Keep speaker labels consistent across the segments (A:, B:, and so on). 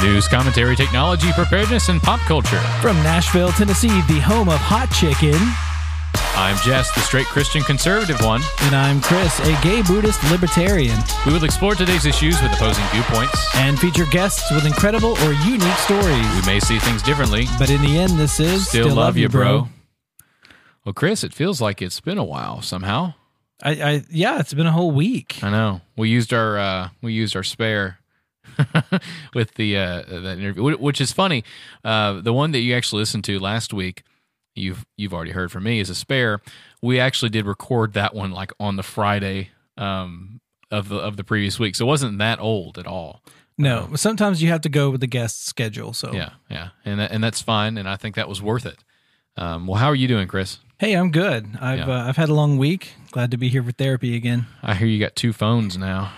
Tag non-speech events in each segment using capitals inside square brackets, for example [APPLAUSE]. A: news, commentary, technology, preparedness, and pop culture.
B: From Nashville, Tennessee, the home of hot chicken,
A: I'm Jess, the straight Christian conservative one.
B: and I'm Chris, a gay Buddhist libertarian,
A: We will explore today's issues with opposing viewpoints.
B: and feature guests with incredible or unique
A: We
B: stories.
A: may see things differently.
B: But in the end, this is
A: Still, love, you, bro. Well, Chris, it feels like it's been a while somehow.
B: I, I, yeah, it's been a whole week.
A: I know. We used our uh, we used our spare [LAUGHS] with the uh, that interview, wh- which is funny. Uh, the one that you actually listened to last week, you've you've already heard from me is a spare. We actually did record that one like on the Friday um, of the of the previous week, so it wasn't that old at all.
B: No, sometimes you have to go with the guest schedule. So,
A: Yeah, yeah, and that, and that's fine, and I think that was worth it. Um, well, how are you doing, Chris?
B: hey, I'm good. I've
A: Yeah.
B: uh, I've had a long week. Glad to be here for therapy again.
A: I hear you got two phones now.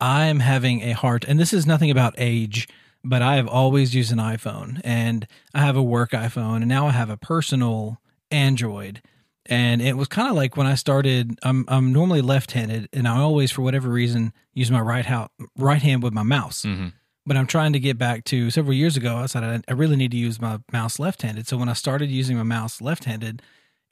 B: I'm having a heart, and this is nothing about age, but I have always used an iPhone, and I have a work iPhone, and now I have a personal Android. And it was kind of like when I started. I'm I'm normally left-handed, and I always, for whatever reason, use my right hand right hand with my mouse.
A: Mhm.
B: But I'm trying to get back to several years ago. I said I, I really need to use my mouse left-handed. So when I started using my mouse left-handed,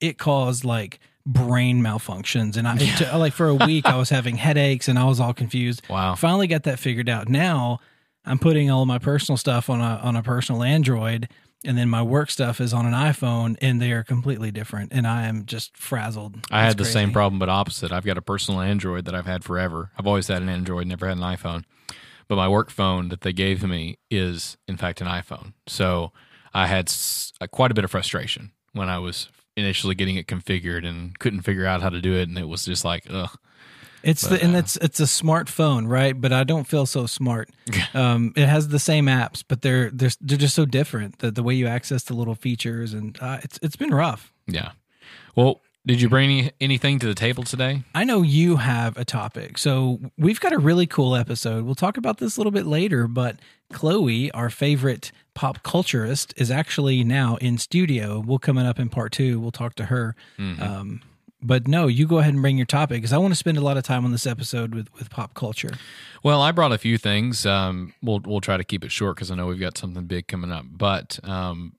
B: it caused like brain malfunctions, and I it took- like for a week I was having headaches, and I was all confused. I
A: Wow.
B: finally got that figured out. Now I'm putting all my personal stuff on a on a personal Android, and then my work stuff is on an iPhone, and they are completely different. And I am just frazzled.
A: I
B: It's
A: had the same
B: crazy.
A: problem, but opposite. I've got a personal Android that I've had forever. I've always had an Android, never had an iPhone. But my work phone that they gave me is, in fact, an iPhone. So I had s- uh, quite a bit of frustration when I was initially getting it configured and couldn't figure out how to do it. And it was just like, ugh.
B: It's the,
A: uh,
B: and it's it's a smartphone, right? But I don't feel
A: [LAUGHS]
B: so smart. um, it has the same apps, but they're they're they're just so different. The the way you access the little features, and uh, it's it's been rough.
A: Yeah. Well, did you bring any, anything to the table today?
B: I know you have a topic. So we've got a really cool episode. We'll talk about this a little bit later, but Chloe, our favorite pop culturist, is actually now in studio. We'll coming up in part two. We'll talk to her. Um, but no, you go ahead and bring your topic because I want to spend a lot of time on this episode with, with pop culture.
A: Well, I brought a few things. Um, we'll we'll try to keep it short because I know we've got something big coming up. But um,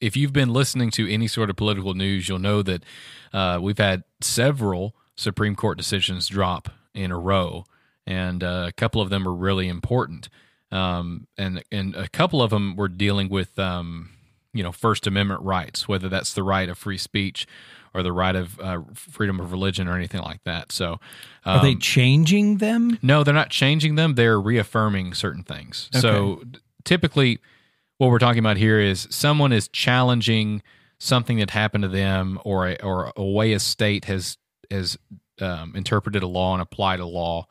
A: if you've been listening to any sort of political news, you'll know that uh, we've had several Supreme Court decisions drop in a row, and uh, a couple of them are really important. Um, and and a couple of them were dealing with um, you know First Amendment rights, whether that's the right of free speech or the right of uh, freedom of religion or anything like that. So
B: Are
A: Um,
B: they changing them?
A: no, they're not changing them. They're reaffirming certain things. So d- typically, what we're talking about here is someone is challenging something that happened to them, or a, or a way a state has has um, interpreted a law and applied a law,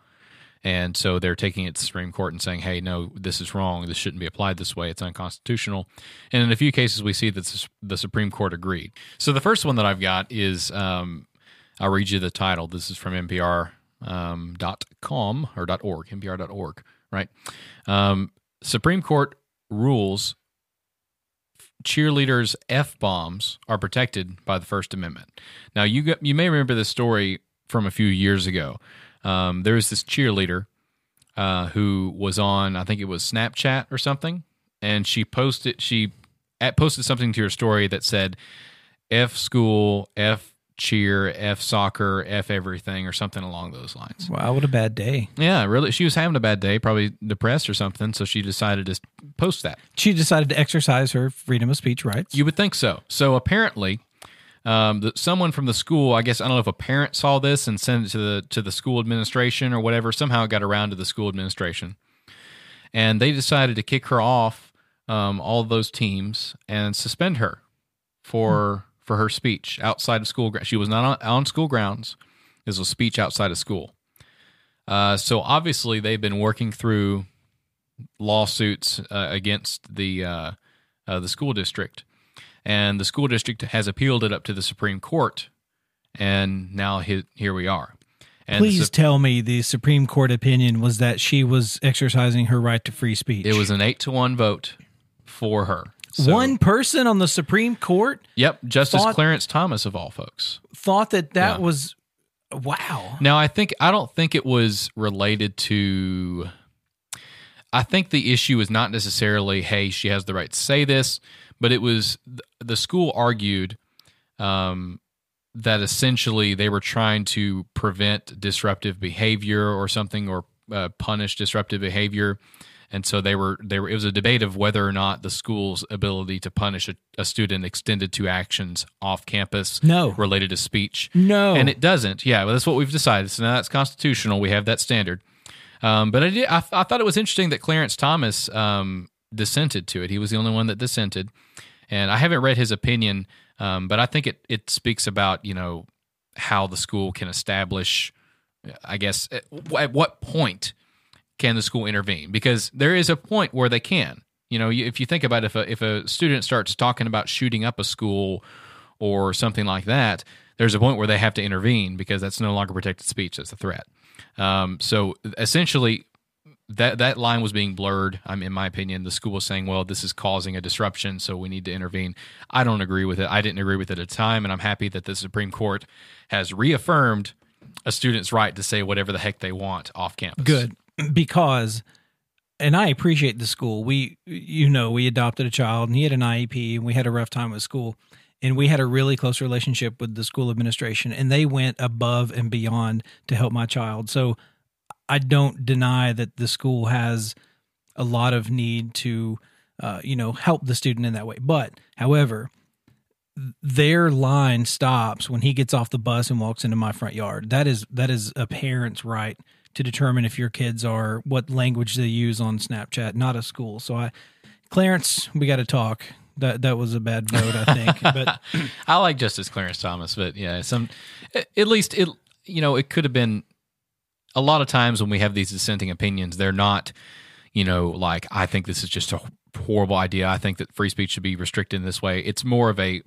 A: and so they're taking it to the Supreme Court and saying, "Hey, no, this is wrong. This shouldn't be applied this way. It's unconstitutional." And in a few cases, we see that the Su- the Supreme Court agreed. So the first one that I've got is. Um, I'll read you the title. This is from NPR.com um, dot com or dot .org, NPR.org, right? Um, Supreme Court rules cheerleaders' F bombs are protected by the First Amendment. Now, you, got, you may remember this story from a few years ago. Um, there was this cheerleader uh, who was on, I think it was Snapchat or something, and she posted, she at, posted something to her story that said, F school, F cheer, F soccer, F everything, or something along those lines.
B: Wow, what a bad day.
A: Yeah, really. She was having a bad day, probably depressed or something. So she decided to post that.
B: She decided to exercise her freedom of speech rights.
A: You would think so. So apparently, um, the, someone from the school, I guess I don't know if a parent saw this and sent it to the to the school administration or whatever. Somehow it got around to the school administration, and they decided to kick her off um, all those teams and suspend her for for her speech outside of school. gr- She was not on, on school grounds. This was speech outside of school. Uh, so obviously they've been working through lawsuits uh, against the uh, uh, the school district, and the school district has appealed it up to the Supreme Court, and now he, here we are. And the
B: Please
A: Sup-
B: tell me the Supreme Court opinion was that she was exercising her right to free speech.
A: it was an eight to one vote for her. So-
B: One person on the Supreme Court
A: Yep, Justice
B: thought-
A: Clarence Thomas of all folks.
B: thought that that
A: Yeah.
B: was wow.
A: Now I think I don't think it was related to I think the issue is not necessarily, hey, she has the right to say this, but it was th- the school argued um, that essentially they were trying to prevent disruptive behavior or something, or uh, punish disruptive behavior, and so they were they were. It was a debate of whether or not the school's ability to punish a, a student extended to actions off campus
B: No.
A: related to speech.
B: No.
A: And it doesn't. Yeah, well, that's what we've decided. So now that's constitutional. We have that standard. Um, but I, did, I, I thought it was interesting that Clarence Thomas um, dissented to it. He was the only one that dissented, and I haven't read his opinion, um, but I think it it speaks about you know how the school can establish, I guess, at, at what point can the school intervene? Because there is a point where they can. You know, you- if you think about if a, if a student starts talking about shooting up a school or something like that, there's a point where they have to intervene because that's no longer protected speech. That's a threat. Um, so essentially, that that line was being blurred. I'm in my opinion, the school was saying, "Well, this is causing a disruption, so we need to intervene." I don't agree with it. I didn't agree with it at the time, and I'm happy that the Supreme Court has reaffirmed a student's right to say whatever the heck they want off campus.
B: good because and I appreciate the school. We you know, we adopted a child and he had an IEP and we had a rough time with school and we had a really close relationship with the school administration and they went above and beyond to help my child. So I don't deny that the school has a lot of need to uh, you know, help the student in that way. But however, their line stops when he gets off the bus and walks into my front yard. That is that is a parent's right to determine if your kids are what language they use on Snapchat, not a school. So I Clarence, we got to talk. That that was a bad vote, I think. but
A: [LAUGHS] I like Justice Clarence Thomas, but yeah, some at least it you know it could have been a lot of times when we have these dissenting opinions, they're not you know like I think this is just a horrible idea. I think that free speech should be restricted in this way. It's more of a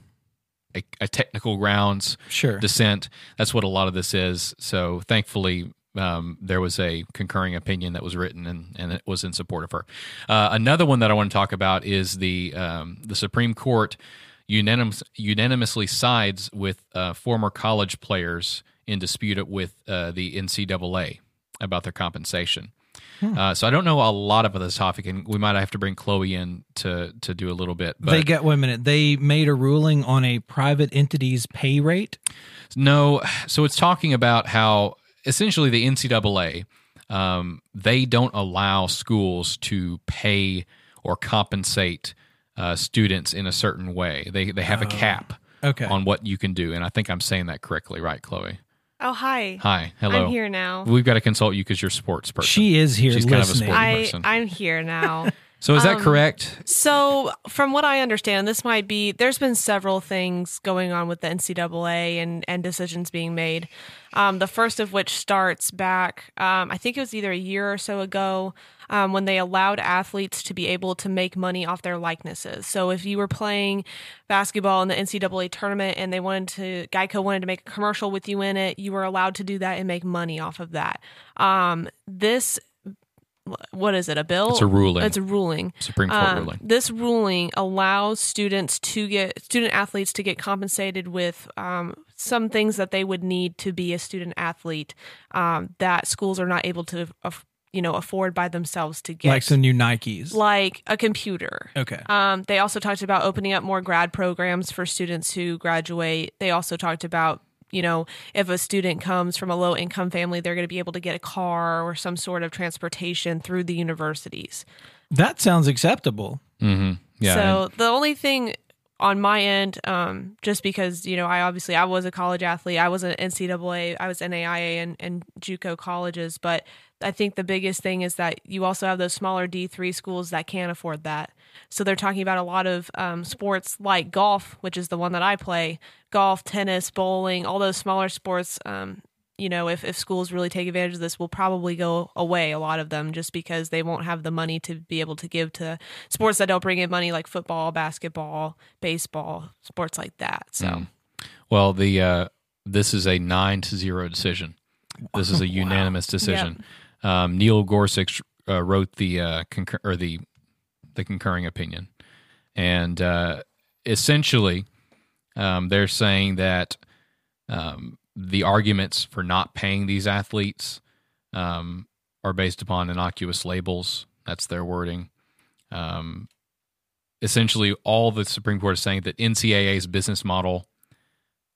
A: a, a technical grounds
B: sure.
A: dissent. That's what a lot of this is. So thankfully. Um, there was a concurring opinion that was written, and, and it was in support of her. Uh, another one that I want to talk about is the um, the Supreme Court unanimous, unanimously sides with uh, former college players in dispute with uh, the NCAA about their compensation. Uh, so I don't know a lot about this topic, and we might have to bring Chloe in to to do a little bit. But
B: they got wait a minute. They made a ruling on a private entity's pay rate.
A: No, so it's talking about how essentially the NCAA um, they don't allow schools to pay or compensate uh, students in a certain way. They they have a cap
B: Oh, Okay.
A: on what you can do, and I think I'm saying that correctly, right, Chloe?
C: Oh, hi.
A: Hi, hello.
C: I'm here now.
A: We've got to consult you because you're a sports person.
B: she is here
A: She's kind of a
B: listening.
A: sport.
C: I,
A: person.
C: I'm here now.
A: so is that
C: Um,
A: correct?
C: so, from what I understand, this might be there's been several things going on with the NCAA and, and decisions being made. Um, the first of which starts back, um, I think it was either a year or so ago, um, when they allowed athletes to be able to make money off their likenesses. So, if you were playing basketball in the NCAA tournament and they wanted to, Geico wanted to make a commercial with you in it, you were allowed to do that and make money off of that. Um, this what is it? A bill?
A: It's a ruling.
C: It's a ruling.
A: Supreme Court
C: Um,
A: ruling.
C: This ruling allows students to get student athletes to get compensated with um, some things that they would need to be a student athlete um, that schools are not able to, aff- you know, afford by themselves to get,
B: Like some new Nikes.
C: like a computer.
B: okay.
C: Um, they also talked about opening up more grad programs for students who graduate. They also talked about, you know, if a student comes from a low income family, they're going to be able to get a car or some sort of transportation through the universities.
B: That sounds acceptable.
A: hmm Yeah. and-
C: So the only thing on my end, um, just because you know, I obviously I was a college athlete, I was an NCAA, I was NAIA and, and JUCO colleges, but I think the biggest thing is that you also have those smaller D three schools that can't afford that. So they're talking about a lot of um, sports like golf, which is the one that I play, golf, tennis, bowling, all those smaller sports. Um, you know, if, if schools really take advantage of this, will probably go away, a lot of them, just because they won't have the money to be able to give to sports that don't bring in money, like football, basketball, baseball, sports like that. So,
A: Mm. Well, the uh, this is a nine to zero decision. This is a unanimous decision. Um, Neil Gorsuch uh, wrote the uh, concur- or the the concurring opinion, and uh, essentially, um, they're saying that um, the arguments for not paying these athletes um, are based upon innocuous labels That's their wording. Um, essentially, all the Supreme Court is saying that NCAA's business model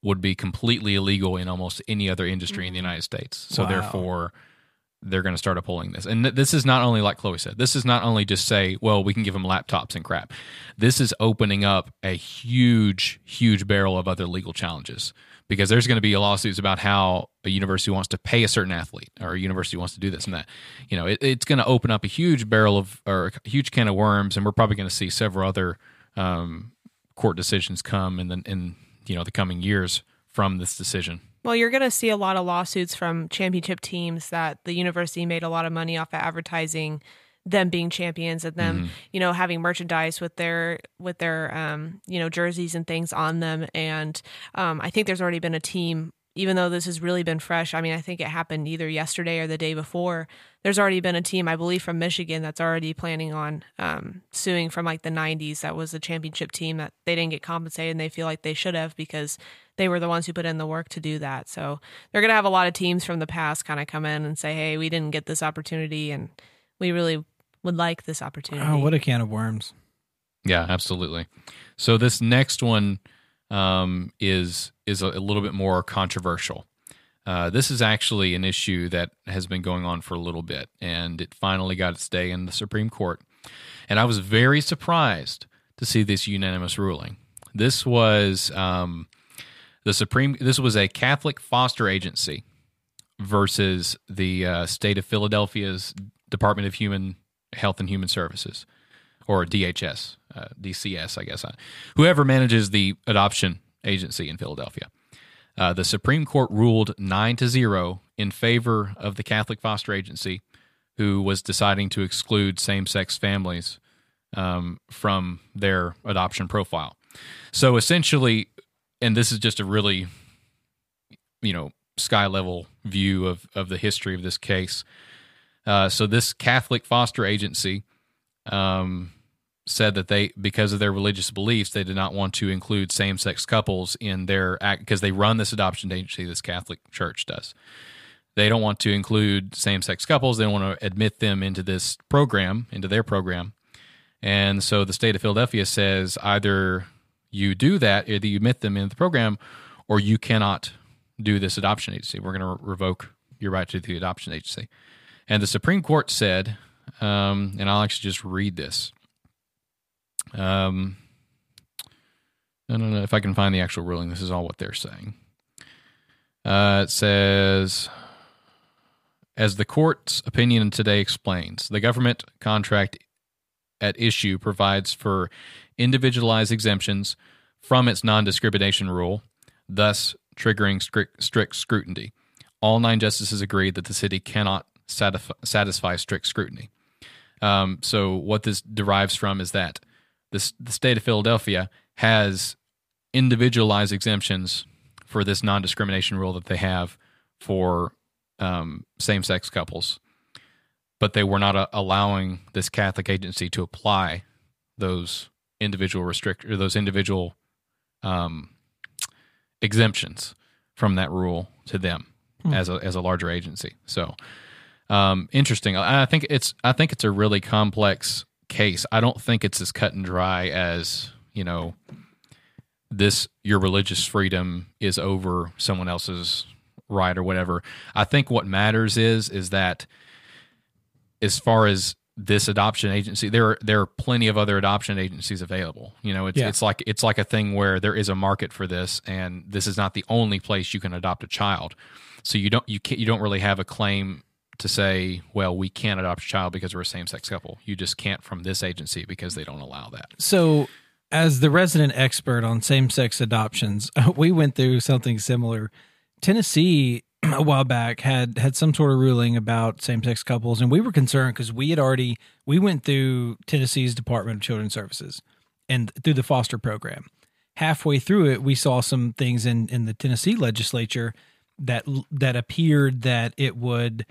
A: would be completely illegal in almost any other industry in the
C: Mhm.
A: United States. So,
B: Wow.
A: therefore, they're going to start upholding this. And th- this is not only, like Chloe said, this is not only just say, well, we can give them laptops and crap. This is opening up a huge, huge barrel of other legal challenges because there's going to be lawsuits about how a university wants to pay a certain athlete or a university wants to do this and that. You know, it, it's going to open up a huge barrel of or a huge can of worms, and we're probably going to see several other um, court decisions come in the in you know the coming years from this decision.
C: Well, you're going to see a lot of lawsuits from championship teams that the university made a lot of money off of advertising them being champions and them, you know, having merchandise with their with their um, you know, jerseys and things on them and um I think there's already been a team even though this has really been fresh. I mean, I think it happened either yesterday or the day before. There's already been a team, I believe from Michigan that's already planning on um suing from like the 90s that was a championship team that they didn't get compensated and they feel like they should have because they were the ones who put in the work to do that. So they're going to have a lot of teams from the past kind of come in and say, "Hey, we didn't get this opportunity, and we really would like this opportunity."
B: Oh, what a can of worms.
A: Yeah, absolutely. So this next one um, is is a, a little bit more controversial. Uh, this is actually an issue that has been going on for a little bit, and it finally got its day in the Supreme Court. And I was very surprised to see this unanimous ruling. This was um, the Supreme. This was a Catholic foster agency versus the uh, state of Philadelphia's Department of Human Health and Human Services or DHS, uh, DCS, I guess, uh, whoever manages the adoption agency in Philadelphia. Uh, the Supreme Court ruled nine to zero in favor of the Catholic Foster Agency, who was deciding to exclude same-sex families um, from their adoption profile. So essentially, and this is just a really, you know, sky level view of of the history of this case. Uh, so this Catholic foster agency um, said that they, because of their religious beliefs, they did not want to include same sex couples in their act because they run this adoption agency, this Catholic church does. They don't want to include same sex couples. They don't want to admit them into this program, into their program. And so the state of Philadelphia says either you do that, either you admit them into the program, or you cannot do this adoption agency. We're going to revoke your right to the adoption agency. And the Supreme Court said, um, and I'll actually just read this. Um, I don't know if I can find the actual ruling. This is all what they're saying. Uh, it says, as the court's opinion today explains, the government contract at issue provides for individualized exemptions from its non discrimination rule, thus triggering strict, strict scrutiny. All nine justices agreed that the city cannot satisfy, satisfy strict scrutiny. Um, so, what this derives from is that this, the state of Philadelphia has individualized exemptions for this non discrimination rule that they have for um, same sex couples, but they were not uh, allowing this Catholic agency to apply those individual restrict or those individual um, exemptions from that rule to them
B: Hmm.
A: as a as a larger agency. So um, interesting. I I think it's I think it's a really complex case. I don't think it's as cut and dry as you know this your religious freedom is over someone else's right or whatever. I think what matters is is that as far as this adoption agency, there are there are plenty of other adoption agencies available. You know, it's
B: Yeah.
A: it's like it's like a thing where there is a market for this, and this is not the only place you can adopt a child. So you don't you can't, you don't really have a claim to say, well, we can't adopt a child because we're a same sex couple. You just can't from this agency because they don't allow that.
B: So, as the resident expert on same sex adoptions, [LAUGHS] we went through something similar. Tennessee [CLEARS THROAT] a while back had had some sort of ruling about same sex couples, and we were concerned because we had already we went through Tennessee's Department of Children's Services and through the foster program. Halfway through it, we saw some things in in the Tennessee legislature that that appeared that it would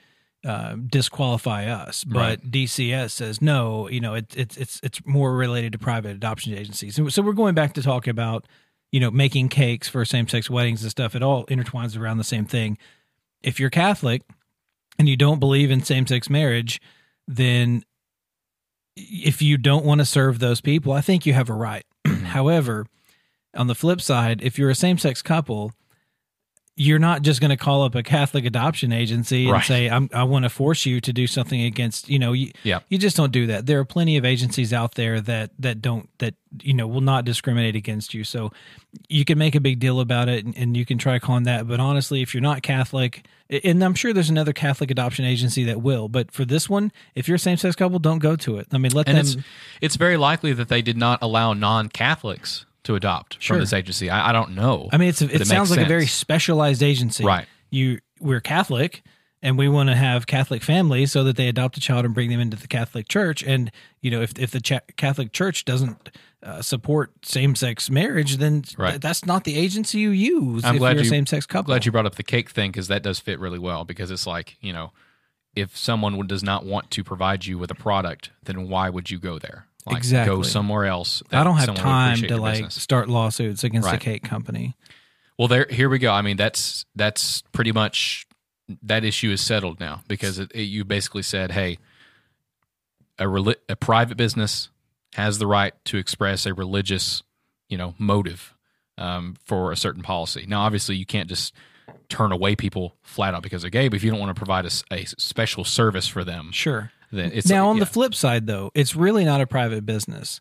B: uh, disqualify us, but
A: Right.
B: DCS says no. You know, it, it's it's it's more related to private adoption agencies. And so we're going back to talk about you know making cakes for same sex weddings and stuff. It all intertwines around the same thing. If you're Catholic and you don't believe in same sex marriage, then if you don't want to serve those people, I think you have a right. [CLEARS THROAT] However, on the flip side, if you're a same sex couple, you're not just going to call up a Catholic adoption agency and
A: Right.
B: say, I'm, I want to force you to do something against, you know, you,
A: Yeah.
B: you just don't do that. There are plenty of agencies out there that, that don't, that, you know, will not discriminate against you. So you can make a big deal about it and, and you can try calling that. But honestly, if you're not Catholic, a- and I'm sure there's another Catholic adoption agency that will, but for this one, if you're a same sex couple, don't go to it. I mean, let
A: And
B: them.
A: it's it's very likely that they did not allow non Catholics to adopt
B: Sure.
A: from this agency. I, I don't know.
B: I mean, it's
A: That
B: it
A: makes
B: sounds like a very
A: sense.
B: specialized agency,
A: Right.
B: You we're Catholic, and we want to have Catholic families so that they adopt a child and bring them into the Catholic Church. And you know, if if the cha- Catholic Church doesn't uh, support same sex marriage, then th-
A: Right.
B: that's not the agency you use.
A: I'm
B: if
A: glad
B: you're
A: you-
B: a same sex
A: I'm
B: couple.
A: glad you brought up the cake thing because that does fit really well because it's like you know if someone would- does not want to provide you with a product then why would you go there like go
B: Exactly.
A: somewhere else that
B: I don't have
A: someone would
B: time
A: appreciate
B: to
A: your
B: like
A: business.
B: start lawsuits against the
A: Right.
B: cake company.
A: well there here we go i mean that's that's pretty much that issue is settled now because it, it, you basically said hey a reli- a private business has the right to express a religious you know motive um, for a certain policy now obviously you can't just turn away people flat out because they're gay but if you don't want to provide a, s- a special service for them
B: Sure.
A: then it's
B: now on
A: yeah,
B: the flip side though it's really not a private business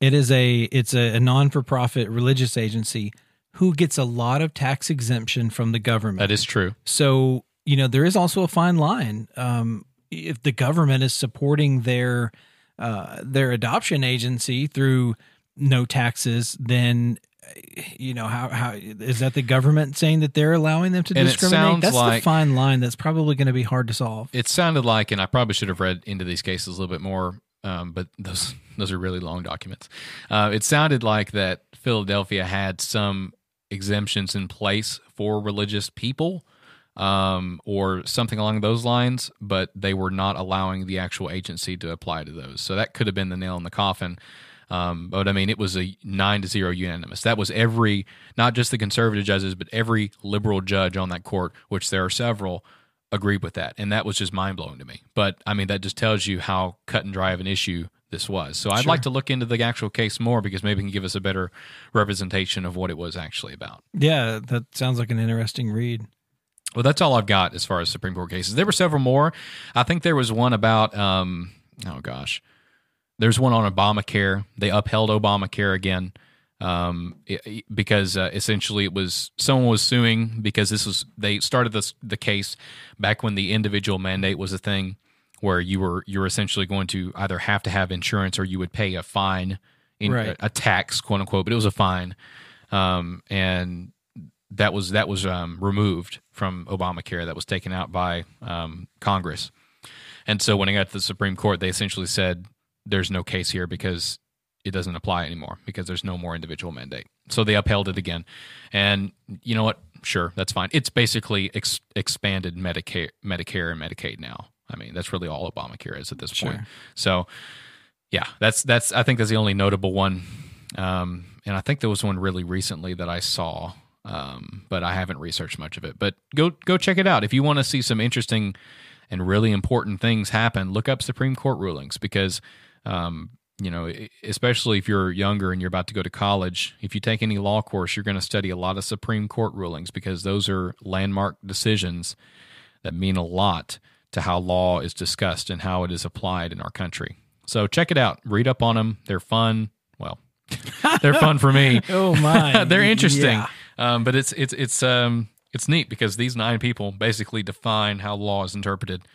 B: it is a it's a, a non-for-profit religious agency who gets a lot of tax exemption from the government
A: that is true
B: so you know there is also a fine line um, if the government is supporting their uh, their adoption agency through no taxes then eh, you know how how is that the government saying that they're allowing them to
A: And it
B: discriminate
A: sounds
B: that's
A: like-
B: the fine line that's probably going to be hard to solve
A: it sounded like, and I probably should have read into these cases a little bit more, um, but those [LAUGHS] those are really long documents. Uh, it sounded like that Philadelphia had some exemptions in place for religious people, um, or something along those lines, but they were not allowing the actual agency to apply to those. So that could have been the nail in the coffin. Um, but I mean, it was a nine to zero unanimous. That was every, not just the conservative judges, but every liberal judge on that court, which there are several, agreed with that. And that was just mind blowing to me. But I mean, that just tells you how cut and dry of an issue this was. So I'd
B: Sure.
A: like to look into the actual case more because maybe it can give us a better representation of what it was actually about.
B: yeah that sounds like an interesting read
A: Well, that's all I've got as far as Supreme Court cases. There were several more. I think there was one about, um, oh gosh, there's one on Obamacare. They upheld Obamacare again um, it- it- because uh, essentially it was someone was suing because this was they started this the case back when the individual mandate was a thing where you were you were essentially going to either have to have insurance or you would pay a fine in
B: Right.
A: a, a tax quote unquote but it was a fine um, and that was that was um, removed from Obamacare that was taken out by um, Congress. And so when it got to the Supreme Court, they essentially said there's no case here because it doesn't apply anymore because there's no more individual mandate. So they upheld it again. And you know what? Sure, that's fine. It's basically ex- expanded Medicare, Medicare and Medicaid now. I mean, that's really all Obamacare is at this point.
B: Sure.
A: So yeah, that's that's I think that's the only notable one. Um, and I think there was one really recently that I saw, um, but I haven't researched much of it. But go go check it out if you want to see some interesting and really important things happen. Look up Supreme Court rulings because. Um, you know, e- especially if you're younger and you're about to go to college, if you take any law course, you're going to study a lot of Supreme Court rulings because those are landmark decisions that mean a lot to how law is discussed and how it is applied in our country. So check it out. Read up on them. They're fun. Well, [LAUGHS] they're fun for me.
B: oh
A: [LAUGHS]
B: my
A: they're interesting.
B: Yeah.
A: Um, but it's it's it's um it's neat because these nine people basically define how law is interpreted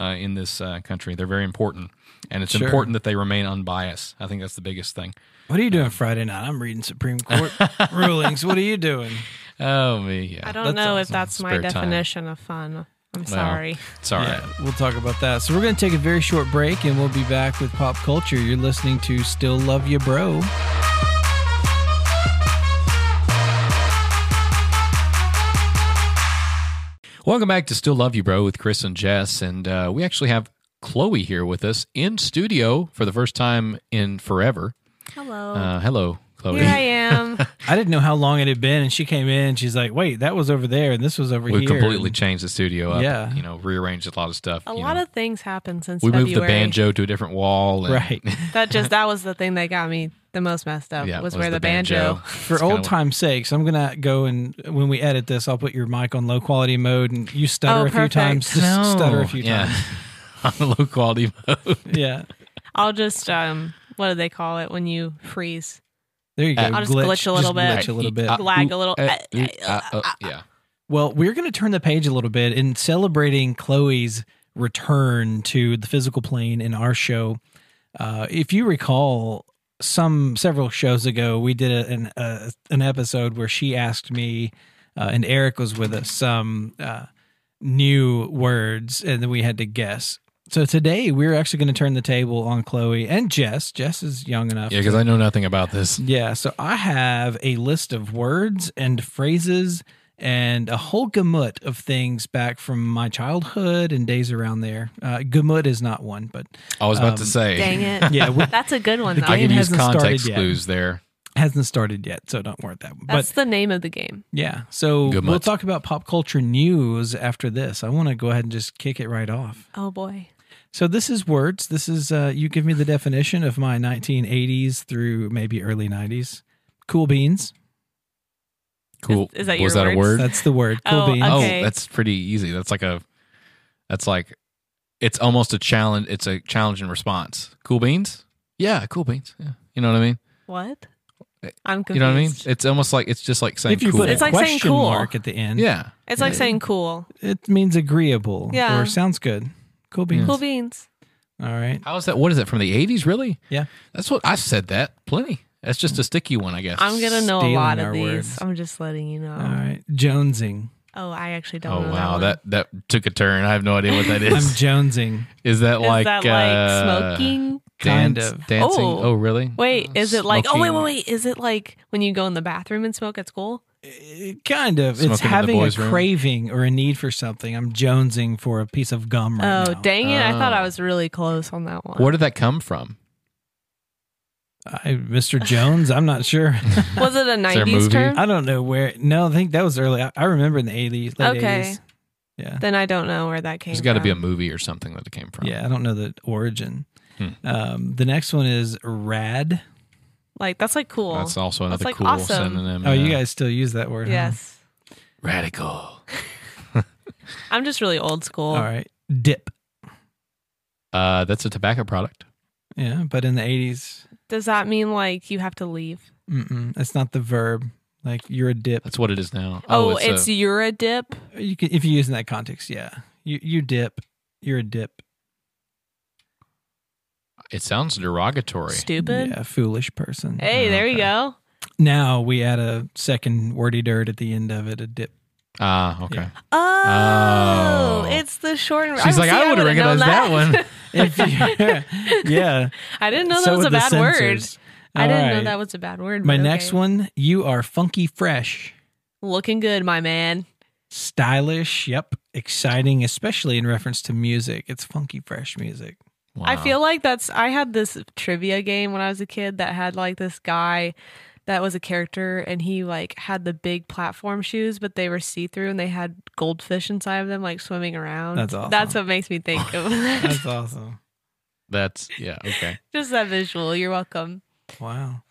A: uh, in this uh, country. They're very important, and it's
B: Sure.
A: important that they remain unbiased. I think that's the biggest thing.
B: What are you doing Friday night? I'm reading
A: [LAUGHS]
B: Supreme Court rulings. What are you doing?
A: Oh me, yeah.
C: I don't know if that's my
A: Spare time.
C: definition of fun. I'm sorry.
A: It's all right.
B: We'll talk about that. So we're going to take a very short break and we'll be back with pop culture. You're listening to Still Love You Bro.
A: Welcome back to Still Love You, Bro, with Chris and Jess, and uh, we actually have Chloe here with us in studio for the first time in forever.
C: Hello.
A: Uh, hello, Chloe.
C: Oh. Here
A: [LAUGHS]
C: I am.
B: I didn't know how long it had been, and she came in. And she's like, "Wait, that was over there, and this was over
A: we
B: here."
A: completely changed the studio up.
B: Yeah.
A: you know, rearranged a lot of stuff.
C: A
A: you
C: lot
A: know.
C: of things happened since
A: we
C: February.
A: moved the banjo to a different wall. and- [LAUGHS]
B: Right.
C: [LAUGHS] That just that was the thing that got me the most messed up.
A: Yeah,
C: was, where the, banjo.
A: [LAUGHS]
B: For
A: It's kinda
B: old time's sakes, I'm gonna go and when we edit this, I'll put your mic on low quality mode, and you stutter
C: Oh,
B: a few
C: perfect.
B: times. Just
A: No.
B: stutter a few
A: yeah.
B: times.
A: [LAUGHS] On low quality mode.
B: Yeah,
C: I'll just um, what do they call it when you freeze?
B: there you go.
A: I'll
C: just glitch a little bit.
B: glitch a little bit.
A: Uh,
C: Lag
A: ooh,
C: a little.
A: uh,
C: Uh,
A: ooh,
C: uh,
A: uh, uh, yeah.
B: Well, we're going to turn the page a little bit in celebrating Chloe's return to the physical plane in our show. Uh, if you recall, some several shows ago, we did a, an uh, an episode where she asked me, uh, and Eric was with us, some uh, new words, and then we had to guess. So today, we're actually going to turn the table on Chloe and Jess. Jess is young enough.
A: Yeah, because I know nothing about this.
B: Yeah, so I have a list of words and phrases and a whole gamut of things back from my childhood and days around there. Uh, gamut is not one, but
A: I was about to
B: Um,
A: say.
C: dang it.
B: yeah, we,
C: That's a good one.
B: The
C: Though.
A: I
B: game
A: can use
B: hasn't started
A: context
B: yet.
A: clues there.
B: hasn't started yet, so don't worry about that.
C: That's
B: But
C: the name of the game.
B: yeah, so
A: Gamut.
B: we'll talk about pop culture news after this. I want to go ahead and just kick it right off.
C: Oh boy.
B: So this is words. This is uh, you give me the definition of my 1980s through maybe early 90s. Cool beans.
A: Cool.
C: is that
A: was
C: your
A: that a
C: words?
A: word?
B: That's the word. Cool
C: Oh,
B: beans.
A: Oh,
C: Okay.
A: that's pretty easy. That's like a. That's like, it's almost a challenge. It's a challenge and response. Cool beans. Yeah, cool beans. Yeah, you know what I mean.
C: What? I'm confused.
A: Eh, You know what I mean. It's almost like it's just like saying
B: if you
A: cool.
B: put a
C: It's like saying
B: question
C: cool.
B: mark at the end,
A: yeah,
C: It's like
A: Yeah.
C: saying cool.
B: it means agreeable.
C: Yeah.
B: Or sounds good. Cool beans.
C: Cool beans.
B: All right.
A: How is that? What is it from the eighties? Really?
B: Yeah.
A: That's what I said. That plenty. That's just a sticky one, I guess.
C: I'm gonna know a
B: Stealing
C: lot of
B: our
C: these.
B: words.
C: I'm just letting you know.
B: All right. Jonesing.
C: Oh, I actually don't.
A: Oh
C: know
A: wow,
C: that,
A: that that took a turn. I have no idea what that
B: I'm
A: is.
B: jonesing.
A: is that
C: one. Is
A: like
C: that
A: uh,
C: like smoking?
A: dan-
B: Kind of.
A: dancing?
C: Oh.
A: Oh, really?
C: Wait, is it like? Oh wait, wait,
A: Smoking-
C: wait. Is it like when you go in the bathroom and smoke at school?
B: Eh, Kind of.
A: Smoking in
B: it's
A: the
B: having a
A: boys' room.
B: craving or a need for something. I'm jonesing for a piece of gum right
C: oh
B: now.
C: dang it! I thought I
A: Oh.
C: was really close on that one.
A: Where did that come from?
B: I, Mr. Jones, I'm not
C: [LAUGHS]
B: sure.
C: was it a
A: there a
C: '90s
A: movie?
C: term?
B: I don't know where. No, I think that was early. I, I remember in the 80s, late
C: Okay.
B: 80s. Yeah.
C: Then I don't know where that came.
A: There's got to
C: from.
A: be a movie or something that it came from.
B: Yeah, I don't know the origin.
A: Hmm.
B: Um, the next one is rad.
C: like that's like cool.
A: That's also
C: That's,
A: another
C: like,
A: cool
C: awesome.
A: synonym.
B: Oh, you
A: yeah.
B: guys still use that word? huh?
C: yes,
A: radical.
C: I'm just really old school.
B: All right. Dip.
A: Uh, that's a tobacco product.
B: Yeah, but in the 80s,
C: Does that mean like you have to leave?
B: Mm-mm, that's not the verb. Like you're a dip.
A: That's what it is now.
C: Oh,
A: a-
C: it's, you're a dip.
B: You can if you use in that context. Yeah, you you dip. You're a dip.
A: it sounds derogatory.
C: Stupid.
B: Yeah, foolish person.
C: Hey, there you
A: Okay.
C: go.
B: Now we add a second wordy dirt at the end of it. A dip.
A: Ah, okay.
B: Yeah.
C: Oh,
A: Oh.
C: it's the short.
A: She's like, I would have recognized that, one.
B: If
C: [LAUGHS]
B: you- yeah.
C: I didn't know
B: so
C: that was a
B: would the
C: bad word.
B: sensors.
C: I
B: All
C: didn't know
B: right.
C: that was a bad word.
B: My
C: but
B: next
C: okay.
B: one. You are funky, fresh,
C: looking good, my man.
B: stylish. Yep, exciting, especially in reference to music. It's funky, fresh music.
C: I
A: Wow.
C: feel like that's I had this trivia game when I was a kid that had like this guy that was a character and he like had the big platform shoes but they were see-through and they had goldfish inside of them like swimming around.
B: That's awesome.
C: That's what makes me think of [LAUGHS]
B: That's awesome.
A: that's yeah. Okay.
C: just that visual. You're welcome.
B: Wow.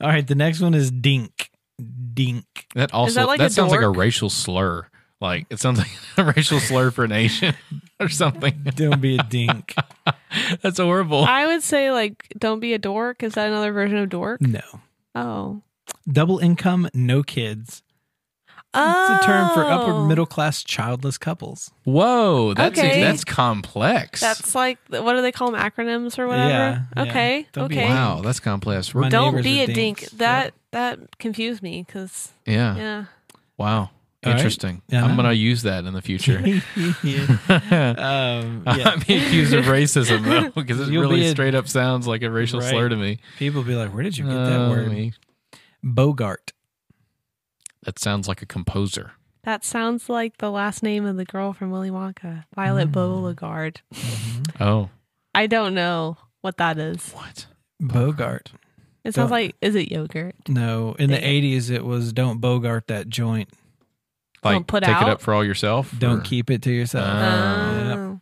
B: All right. The next one is dink. Dink.
A: That also
C: that
A: that,
C: like a
A: sounds like a
C: dork?
A: racial slur. Like it sounds like [LAUGHS] a racial slur for a nation [LAUGHS] or something.
B: Don't [LAUGHS] be a dink.
A: That's horrible.
C: I would say like don't be a dork. Is that another version of dork?
B: No.
C: Oh.
B: Double income, no kids.
C: Oh.
B: It's a term for upper middle class childless couples.
A: Whoa, that's
C: Okay.
A: that's complex.
C: That's like what do they call them acronyms
B: Yeah,
C: or whatever?
B: yeah.
C: Okay.
B: Don't be
C: okay.
B: wild.
A: wow, that's complex.
B: My
A: We're-
C: Don't
B: neighbors
C: be
B: are
C: a dink.
B: dinks.
C: That that confused me cuz
A: yeah.
C: yeah.
A: Wow.
B: All right.
A: Interesting.
B: Yeah.
A: I'm gonna use that in the future.
B: [LAUGHS]
A: [LAUGHS]
B: um, yeah.
A: I'd be accused of racism
B: [LAUGHS]
A: though, because it
B: You'll be
A: really
B: a-
A: straight up sounds like a racial
B: Right.
A: slur to me.
B: People be like, where did you get that
A: Uh,
B: word?
A: me.
B: Bogart.
A: That sounds like a composer.
C: That sounds like the last name of the girl from Willy Wonka, Violet
B: Mm.
C: Beauregard.
A: Oh,
C: I don't know what that is.
A: what?
B: Bogart.
C: It
B: Don't-
C: sounds like is it yogurt?
B: No, in the
C: Dang it.
B: eighties it was don't bogart that joint.
C: Don't
A: Like
C: put
A: take
C: out?
A: it up for all yourself.
B: Don't
A: or-
B: keep it to yourself.
A: Uh,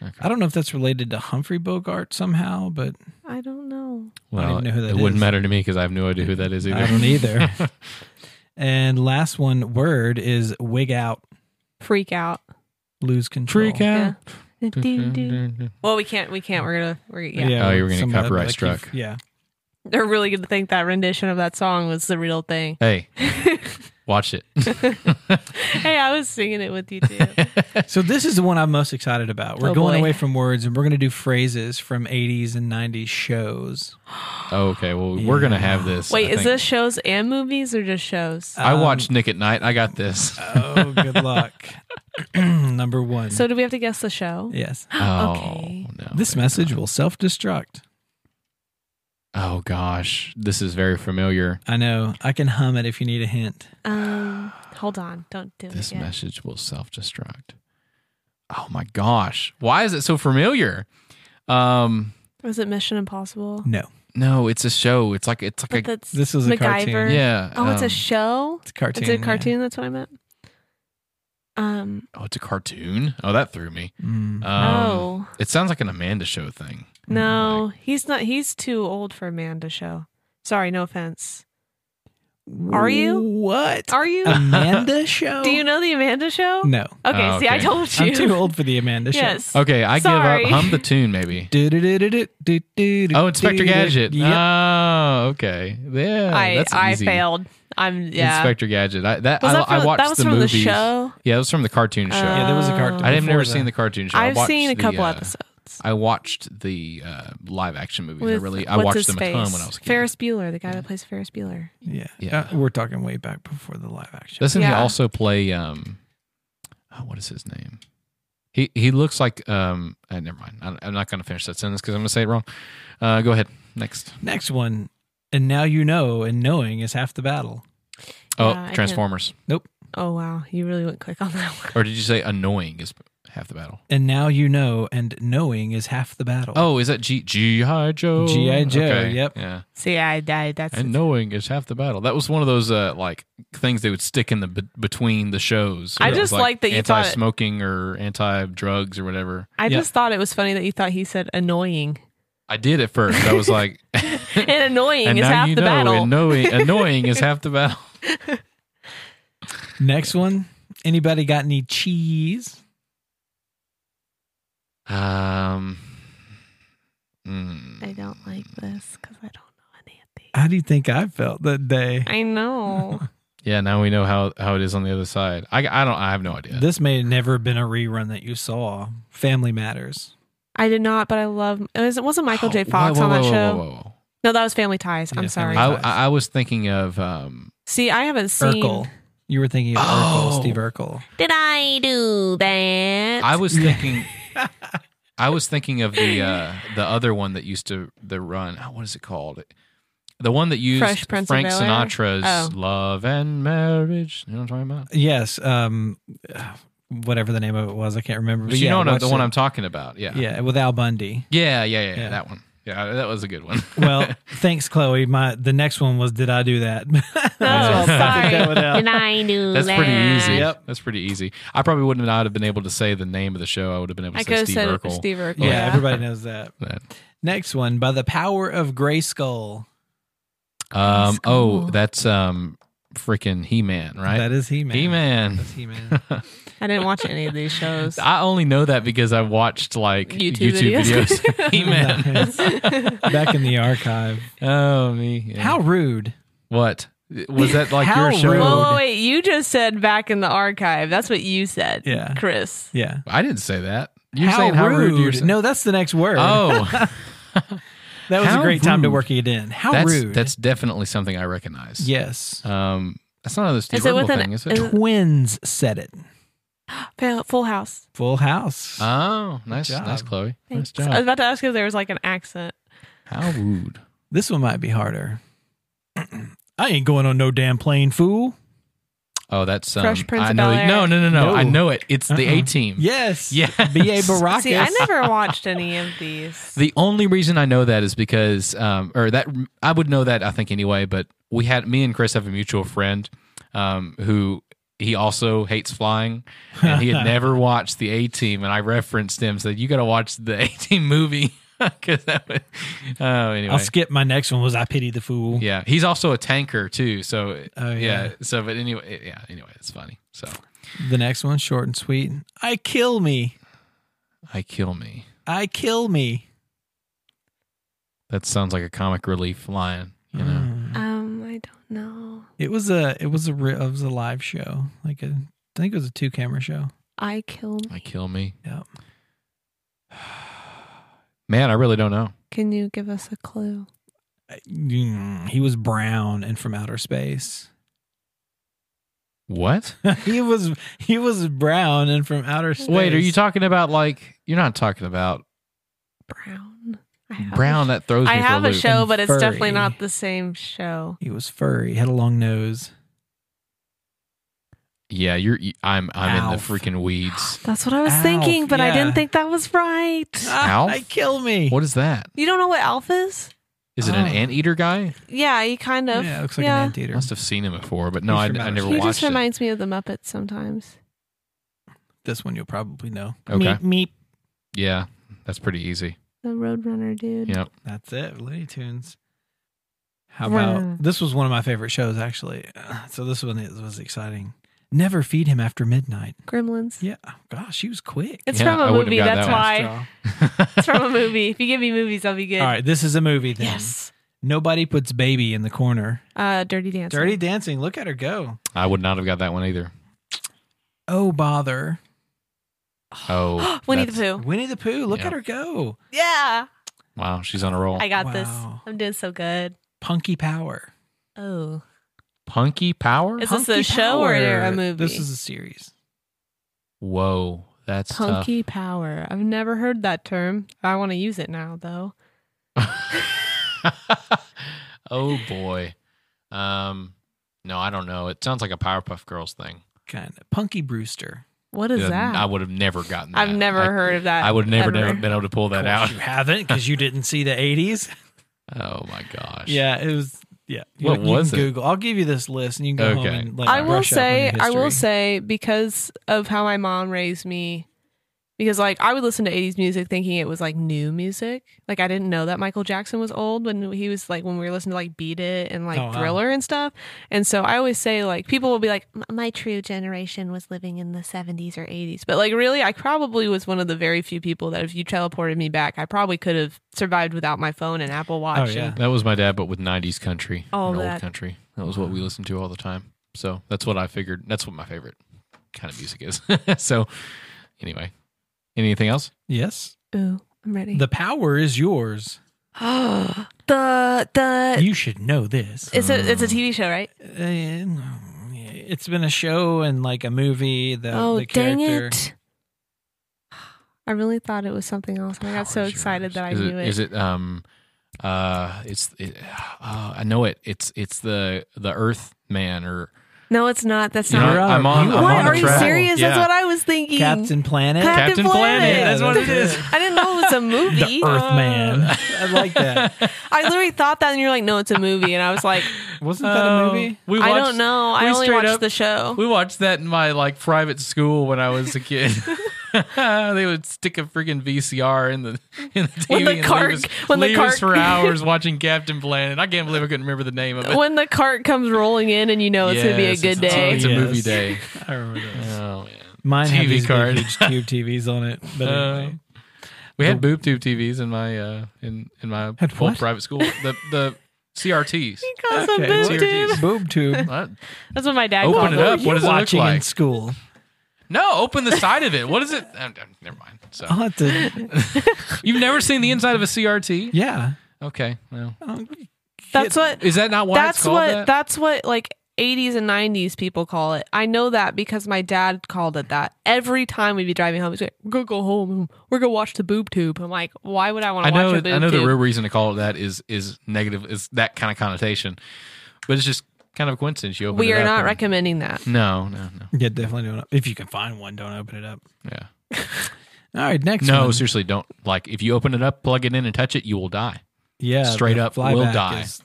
B: Yep.
C: Oh,
B: I don't know if that's related to Humphrey Bogart somehow, but
C: I don't
B: I
C: know.
B: don't
A: Well,
B: even know who that
A: it wouldn't
B: is.
A: matter to me because I have no idea who that is either.
B: I
A: [LAUGHS]
B: don't either. and last one word is wig out,
C: Freak out.
B: lose control.
A: Freak out.
C: Do, do. Well, we can't. We can't. We're gonna. We're yeah.
A: Oh, you were gonna
B: somebody-
A: copyright
B: like you've-
A: struck.
B: Yeah.
C: They're really gonna think that rendition of that song was the real thing.
A: Hey, watch it.
C: Hey, I was singing it with you too.
B: So this is the one I'm most excited about. We're
C: Oh,
B: going
C: boy.
B: away from words and we're going to do phrases from 80s and 90s shows.
A: Oh, okay, well we're gonna have this.
C: Wait,
A: I
C: is
A: think.
C: this shows and movies or just shows?
A: I watched Nick at Night. I got this.
B: Um, Oh, good luck. Number 1.
C: so do we have to guess the show?
B: yes.
A: [LAUGHS] Oh
C: okay.
A: no!
B: This message will self-destruct.
A: Oh gosh, this is very familiar.
B: I know. I can hum it if you need a hint.
C: Um, hold on. Don't do
A: This
C: it. Yet.
A: message will self-destruct. Oh my gosh, why is it so familiar? Um,
C: Was it Mission Impossible?
B: No.
A: no, it's a show. It's like it's
C: But
A: like a
C: that's
B: This is a cartoon.
C: MacGyver.
A: yeah.
C: Oh, it's a
A: um,
C: show.
B: It's a cartoon.
C: It's a
B: yeah.
C: cartoon. That's what I meant. Um.
A: oh, it's a cartoon. Oh, that threw me.
B: Mm.
A: Um,
C: oh
A: It sounds like an Amanda Show thing.
C: no, he's not. He's too old for a man to show. Sorry, no offense. Are you?
B: What?
C: Are you?
B: Um, Amanda show?
C: do you know the Amanda Show?
B: No.
C: Okay,
A: Oh,
C: see, I
A: okay.
C: told you.
B: Mm, I'm too old for the Amanda show.
C: Yes.
A: Okay, I
C: Sorry.
A: give up. Hum the tune, maybe.
B: Do-do-do-do-do-do-do-do-do-do.
A: Oh, Inspector Gadget.
B: Yep.
A: Oh, okay. Yeah,
C: I
A: that's
C: I
A: easy.
C: failed. I'm yeah.
A: Inspector Gadget. I, that,
C: was
A: I,
C: that from,
A: I watched
C: that was
A: the
C: from
A: movies.
C: the show?
A: Yeah, it was from the cartoon show.
B: yeah, there was a
C: Uh,
B: cartoon.
A: I have
B: before
A: never
B: that.
A: seen the cartoon show. I
C: I've
A: watched
C: seen a
A: the,
C: couple
A: uh,
C: episodes.
A: I watched the uh, live action movies. I
C: With-
A: really, I
C: what's
A: watched
C: his
A: them a
C: face?
A: ton when I was a kid.
C: Ferris Bueller, the guy that plays Ferris Bueller.
B: Yeah.
A: Yeah.
B: Uh, we're talking way back before the live action.
A: Doesn't he
C: Yeah.
A: also play? Um, oh, what is his name? He he looks like. Um, uh, never mind. I, I'm not going to finish that sentence because I'm going to say it wrong. Uh, go ahead. Next.
B: Next one. And now you know, and knowing is half the battle.
A: Oh,
C: Yeah, Uh, I can't-
A: Transformers.
C: Oh wow, you really went quick on that one.
A: Or did you say annoying is half the battle?
B: And now you know, and knowing is half the battle.
A: Oh, is that G G.I. Joe?
B: G.I. Joe, yep.
A: Yeah.
C: [LAUGHS] See, I died. That's
A: And knowing is half the battle. That was one of those uh, like things they would stick in the be- between the shows.
C: I
A: It was
C: just like that you thought-
A: anti-smoking or anti-drugs or whatever.
C: I
B: Yeah.
C: just thought it was funny that you thought he said
A: [LAUGHS]
C: annoying. [LAUGHS]
A: I did at first. I was like,
C: And annoying is half the
A: know,
C: battle.
A: And
C: [LAUGHS]
A: knowing, annoying is half the battle.
B: Next one. Anybody got any cheese?
A: Um, mm,
C: I don't like this because I don't know any of these.
B: How do you think I felt that day?
A: [LAUGHS]
C: I know.
A: yeah, now we know how, how it is on the other side. I, I don't. I have no idea.
B: This may have never been a rerun that you saw. Family Matters.
C: I did not, but I love. It was, wasn't Michael
A: [GASPS]
C: J.
A: Oh,
C: Fox
A: whoa,
C: on
A: whoa,
C: that
A: whoa,
C: show. Oh
A: Whoa, whoa,
C: No, that was Family Ties. I'm
B: Yeah,
C: sorry.
B: Family
A: whoa. I, I I was thinking of um,
C: See, I haven't seen.
B: Urkel. You were thinking of
A: Oh.
B: Urkel, Steve Urkel.
C: Did I do that?
A: I was [LAUGHS] thinking. I was thinking of the uh, the other one that used to the run. Oh, what is it called? The one that used
C: Fresh Prince of
A: Frank
C: Bel-Air?
A: Sinatra's
C: Oh.
A: "Love and Marriage." You know what I'm talking about?
B: Yes. Um, whatever the name of it was, I can't remember.
A: But you know
B: I
A: what I'm- the
B: watched
A: one
B: it.
A: I'm talking about? Yeah.
B: Yeah, with Al Bundy.
A: Yeah, yeah, yeah,
B: Yeah.
A: yeah, that one. Yeah, that was a good one.
B: Well, thanks, Chloe. My the next one was did I do that? [LAUGHS] That's what I thought that would help.
C: I
A: [LAUGHS]
C: do
A: Oh, that's pretty easy.
B: Yep.
A: That's pretty easy. I probably would not have been able to say the name of the show. I would have been able to
C: I could
A: say
C: have
A: Steve
C: said
A: Urkel.
C: Steve Urkel.
B: Yeah, everybody knows that.
A: [LAUGHS] That-
B: Next one, by the power of Grayskull.
A: Um,
C: cool.
A: Oh, that's um, freaking He Man, right?
B: That is He Man.
A: He Man.
B: That's He Man.
A: [LAUGHS]
C: I didn't watch any of these shows.
A: I only know that because I watched like
C: YouTube
A: YouTube,
C: videos.
A: videos.
C: [LAUGHS]
A: he Man.
B: Back in the archive.
A: Oh me. yeah.
B: How rude.
A: What was that like
B: How
A: your show?
B: rude.
C: Whoa, whoa, wait! You just said back in the archive. That's what you said,
B: Yeah.
C: Chris.
B: Yeah.
A: I didn't say that. You're saying how rude you're saying.
B: No, that's the next word. [LAUGHS]
A: Oh,
B: that was a
A: how
B: great time to
A: rude.
B: work it in. How
A: that's
B: rude.
A: that's definitely something I recognize.
B: yes.
A: Um, that's not another Steve
C: Is it
A: Urkel
C: with an-
A: thing, is it?
C: is it-
B: Twins said it.
C: Full- Full House.
B: Full House.
A: oh, nice,
B: job.
A: nice, Chloe.
C: Thanks.
A: Nice
C: I was
A: job.
C: about to ask if there was like an accent.
A: How rude.
B: [CLEARS THROAT] this one might be harder. I ain't going on no damn plane, fool.
A: Oh, that's um,
C: Fresh Prince
A: I
C: of
A: know.
C: Bel-Air.
A: No, no, no, no,
B: No.
A: I know it. It's the
B: Uh-uh.
A: A Team.
B: Yes.
A: Yes. [LAUGHS]
B: B.A. Baracus.
C: See, I never watched any of these.
A: The only reason I know that is because, um, or that I would know that I think anyway. But we had me and Chris have a mutual friend um, who he also hates flying, and he
B: [LAUGHS]
A: had never watched the A Team, and I referenced him said you got to watch the A Team movie [LAUGHS] because that would. Oh, anyway.
B: I'll skip my next one. Was I pity the fool?
A: yeah, he's also a tanker too. So
B: Oh,
A: yeah.
B: yeah.
A: So, but anyway, yeah. Anyway, it's funny. So
B: The next one, short and sweet. I kill me.
A: I kill me.
B: I kill me.
A: That sounds like a comic relief line. You know.
B: Mm.
C: Um, I don't know.
B: It was a it was a re- it was a live show. Like a I think it was a two camera show.
C: I killed.
A: I kill me.
B: Yep.
A: [SIGHS] Man, I really don't know.
C: Can you give us a clue?
B: Mm, He was brown and from outer space. [LAUGHS]
C: [LAUGHS]
A: What?
B: he was he was brown and from outer space.
A: Wait, are you talking about like you're not talking about
C: Brown. I have a
A: Brown? That throws me
C: I
A: for
C: have
A: a
C: a
A: loop.
C: show,
B: And
C: but it's definitely
B: furry.
C: not the same show.
B: He was furry, had a long nose.
A: Yeah, you're. you- I'm. I'm
B: Alf.
A: in the freaking
C: [SIGHS]
A: weeds.
C: That's what I was
B: Alf,
C: thinking, but I
B: yeah.
C: didn't think that was right.
B: Ah,
A: Alf?
B: I kill me.
A: What is that?
C: You don't know what Alf is?
A: Is it an
B: Ah.
C: Oh.
A: anteater guy?
C: Yeah, he kind of.
B: Yeah, it looks like
C: Yeah.
B: an anteater.
A: Must have seen him before, but no,
B: He's
A: I,
B: from
A: I
B: outer
A: never
C: He
A: watched
C: just
A: it.
C: reminds me of the Muppets sometimes.
B: This one you'll probably know.
A: Okay.
B: Meep, meep.
A: Yeah, that's pretty easy.
C: The Roadrunner dude.
A: Yep.
B: That's it. Looney Tunes. How
C: Wow.
B: about this was one of my favorite shows actually. So this one is, was exciting. Never feed him after midnight.
C: Gremlins.
B: Yeah. Oh, gosh, she was quick.
C: It's
A: Yeah,
C: from
A: I
C: a
A: wouldn't have
C: movie.
A: got
C: That's
A: that one.
C: why.
B: Straw.
C: It's [LAUGHS] from a movie. If you give me movies, I'll be good.
B: All right, this is a movie then.
C: Yes.
B: Nobody puts baby in the corner.
C: Uh, Dirty Dancing.
B: Dirty Dancing. Look at her go.
A: I would not have got that one either.
B: Oh bother.
A: Oh,
C: [GASPS] [GASPS] Winnie the
A: that's-
C: Pooh.
B: Winnie the Pooh. Look
A: Yeah.
B: at her go.
C: Yeah.
A: Wow, she's on a roll.
C: I got this.
B: Wow.
C: I'm doing so good.
B: Punky Power.
C: Oh.
A: Punky Power.
C: Is this
B: Punky
C: a show or
B: Power.
C: a movie?
B: This is a series.
A: Whoa, that's
C: Punky power. I've never heard that term. I want to use it now, though.
A: tough. [LAUGHS] oh boy. Um, no, I don't know. It sounds like a Powerpuff Girls thing.
B: Kind of. Punky Brewster.
C: What is
A: Yeah,
C: that?
A: I would have never gotten. that.
C: I've never
A: I,
C: heard of that.
A: I would never,
C: ever.
A: never been able to pull that
B: Of course
A: out.
B: You haven't because you didn't see the 80s.
A: Oh my gosh.
B: Yeah, it was. Yeah, You-
A: What
B: you
A: was
B: can
A: it?
B: Google. I'll give you this list, and you can go
A: Okay.
B: home and like.
C: I will
B: brush up on your
C: say, I will
B: history.
C: say, because of how my mom raised me, because like I would listen to 80s music thinking it was like new music. Like I didn't know that Michael Jackson was old when he was like, when we were listening to like Beat It and like
B: Oh, wow.
C: Thriller and stuff. And so I always say, like, people will be like, "M- my true generation was living in the 70s or 80s. But like, really, I probably was one of the very few people that if you teleported me back, I probably could have survived without my phone and Apple Watch.
B: Oh, yeah.
C: and-
A: That was my dad, but with '90s country,
C: All
A: and old
C: that.
A: country. That was what we listened to all the time. So that's what I figured. That's what my favorite kind of music is. [LAUGHS] so, anyway, anything else?
B: Yes,
C: Ooh, I'm ready.
B: the power is yours.
C: the, [GASPS] the,
B: You should know this.
C: it's a, it's a
A: Um,
C: TV show, right?
B: Uh, It's been a show and like a movie. The,
C: oh,
B: the
C: dang
B: character.
C: it. I really thought it was something else. and I got so
A: Powers
C: excited that I
A: is
C: knew it.
A: Is it um uh it's it, uh, I know it. It's it's the the Earth Man or
C: No, it's not. That's
A: You know,
C: not.
B: You're up.
A: I'm on
B: You
A: I'm
C: what?
A: on the
C: Are you
A: track.
C: serious?
A: Yeah.
C: That's what I was thinking.
B: Captain Planet.
C: Captain,
A: Captain
C: Planet.
A: Planet.
B: Yeah, that's what it is.
C: I didn't
A: [LAUGHS]
C: know it was a movie.
B: The
C: [LAUGHS]
B: Earthman. I like that.
C: I literally thought that, and you're like, "No, it's a movie," and I was like,
B: Wasn't that a
A: Oh,
B: movie?
A: [LAUGHS] we
C: "I
A: watched-
C: don't know. I
A: we
C: only
A: straight
C: watched
A: up-
C: the show."
A: [LAUGHS] We watched that in my like private school when I was a kid.
C: [LAUGHS]
A: [LAUGHS] they would stick a freaking VCR in the in the TV
C: When the
A: and
C: cart-
A: leave us,
C: when the
A: leave us
C: cart-
A: for
C: [LAUGHS]
A: hours watching Captain Planet. I can't believe I couldn't remember the name of it.
C: [LAUGHS] when the cart comes rolling in, and you know it's gonna be a
A: Yes,
C: good
A: it's-
C: day.
A: It's
C: [LAUGHS]
A: a movie
B: Yes.
A: day.
B: I remember that.
A: Oh man.
B: Mine
A: TV
B: had these big,
A: card.
B: huge tube TVs on it, but
A: Uh,
B: anyway.
A: We had boob tube TVs in my uh in in my
B: Had
A: old
B: what?
A: private school. The the CRTs.
C: Got some
B: Okay,
A: well-
C: boob tube.
A: tube.
B: boob tube.
A: What?
C: That's what my dad
A: Open
C: called
A: it
C: them.
A: up. [LAUGHS] What does it look
B: watching in
A: like?
B: school?
A: No, open the side of it. What is it? Uh, uh, never mind. So
B: I'll have to.
A: you've never seen the inside of a CRT?
B: Yeah.
A: Okay. Well,
B: Um,
C: That's what
A: is that not why it's
C: that's
A: called
C: what
A: that?
C: that's what like 80s and 90s people call it. I know that because my dad called it that. Every time we'd be driving home, he's like, "Go go home. We're gonna watch the boob tube." I'm like, "Why would I want
A: I
C: to watch
A: know.
C: a boob
A: I know
C: tube?"
A: the real reason to call it that is is negative. Is that kind of connotation, but it's just kind of a coincidence. You opened
C: we
A: it
C: are
A: up
C: not
A: and-
C: recommending that.
A: No, no, no.
B: Yeah, definitely don't. If you can find one, don't open it up.
A: Yeah.
B: All right, next.
A: No,
B: one.
A: seriously, don't. Like, if you open it up, plug it in, and touch it, you will die.
B: yeah,
A: straight
B: the
A: up will
B: flyback
A: die.
B: is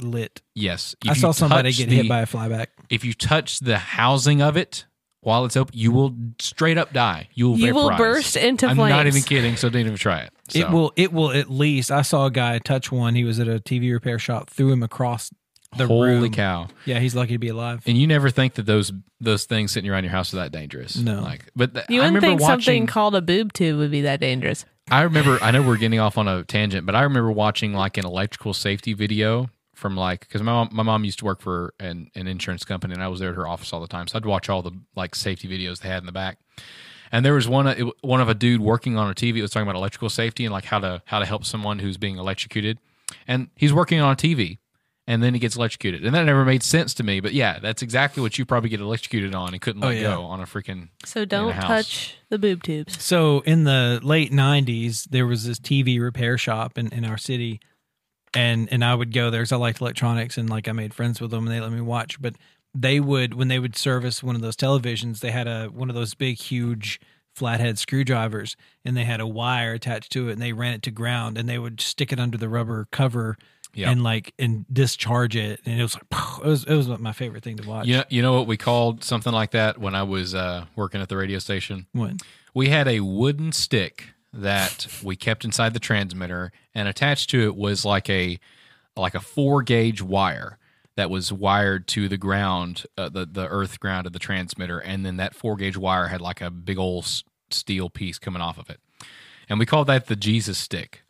B: Lit.
A: Yes.
B: I
A: If
B: saw
A: you
B: somebody
A: touch
B: get
A: the-
B: hit by a flyback.
A: If you touch the housing of it while it's open, you will straight up die. You will
C: You will
A: vaporize.
C: burst into
A: I'm
C: flames.
A: not even kidding, so don't even try it.
B: It
A: So,
B: will. It will at least. I saw a guy touch one. He was at a TV repair shop. Threw him across the
A: holy
B: room.
A: cow.
B: Yeah, he's lucky to be alive.
A: And you never think that those those things sitting around your house are that dangerous.
B: No.
A: Like, but th-
C: You
A: I
C: wouldn't
A: remember
C: think something
A: watching.
C: called a boob tube would be that dangerous.
A: I remember. I know we're getting off on a tangent, but I remember watching like an electrical safety video from like because my mom, my mom used to work for an, an insurance company, and I was there at her office all the time, so I'd watch all the like safety videos they had in the back. And there was one it, one of a dude working on a TV. It was talking about electrical safety and like how to how to help someone who's being electrocuted, and he's working on a TV. And then he gets electrocuted, and that never made sense to me. But yeah, that's exactly what you probably get electrocuted on and couldn't
B: Oh,
A: let
B: yeah.
A: go on a freaking
C: So
A: don't
C: don't
A: house. touch
C: touch the boob tubes.
B: So in the late '90s, there was this TV repair shop in, in our city, and and I would go there because I liked electronics and like I made friends with them and they let me watch. But they would when they would service one of those televisions, they had a one of those big huge flathead screwdrivers and they had a wire attached to it and they ran it to ground and they would stick it under the rubber cover
A: Yeah.
B: and like and discharge it and it was like it was it was my favorite thing to watch.
A: You know, you know what we called something like that when I was uh, working at the radio station?
B: What?
A: We had a wooden stick that we kept inside the transmitter, and attached to it was like a like a four gauge wire that was wired to the ground, uh, the the earth ground of the transmitter, and then that four gauge wire had like a big old s- steel piece coming off of it, and we called that the Jesus stick.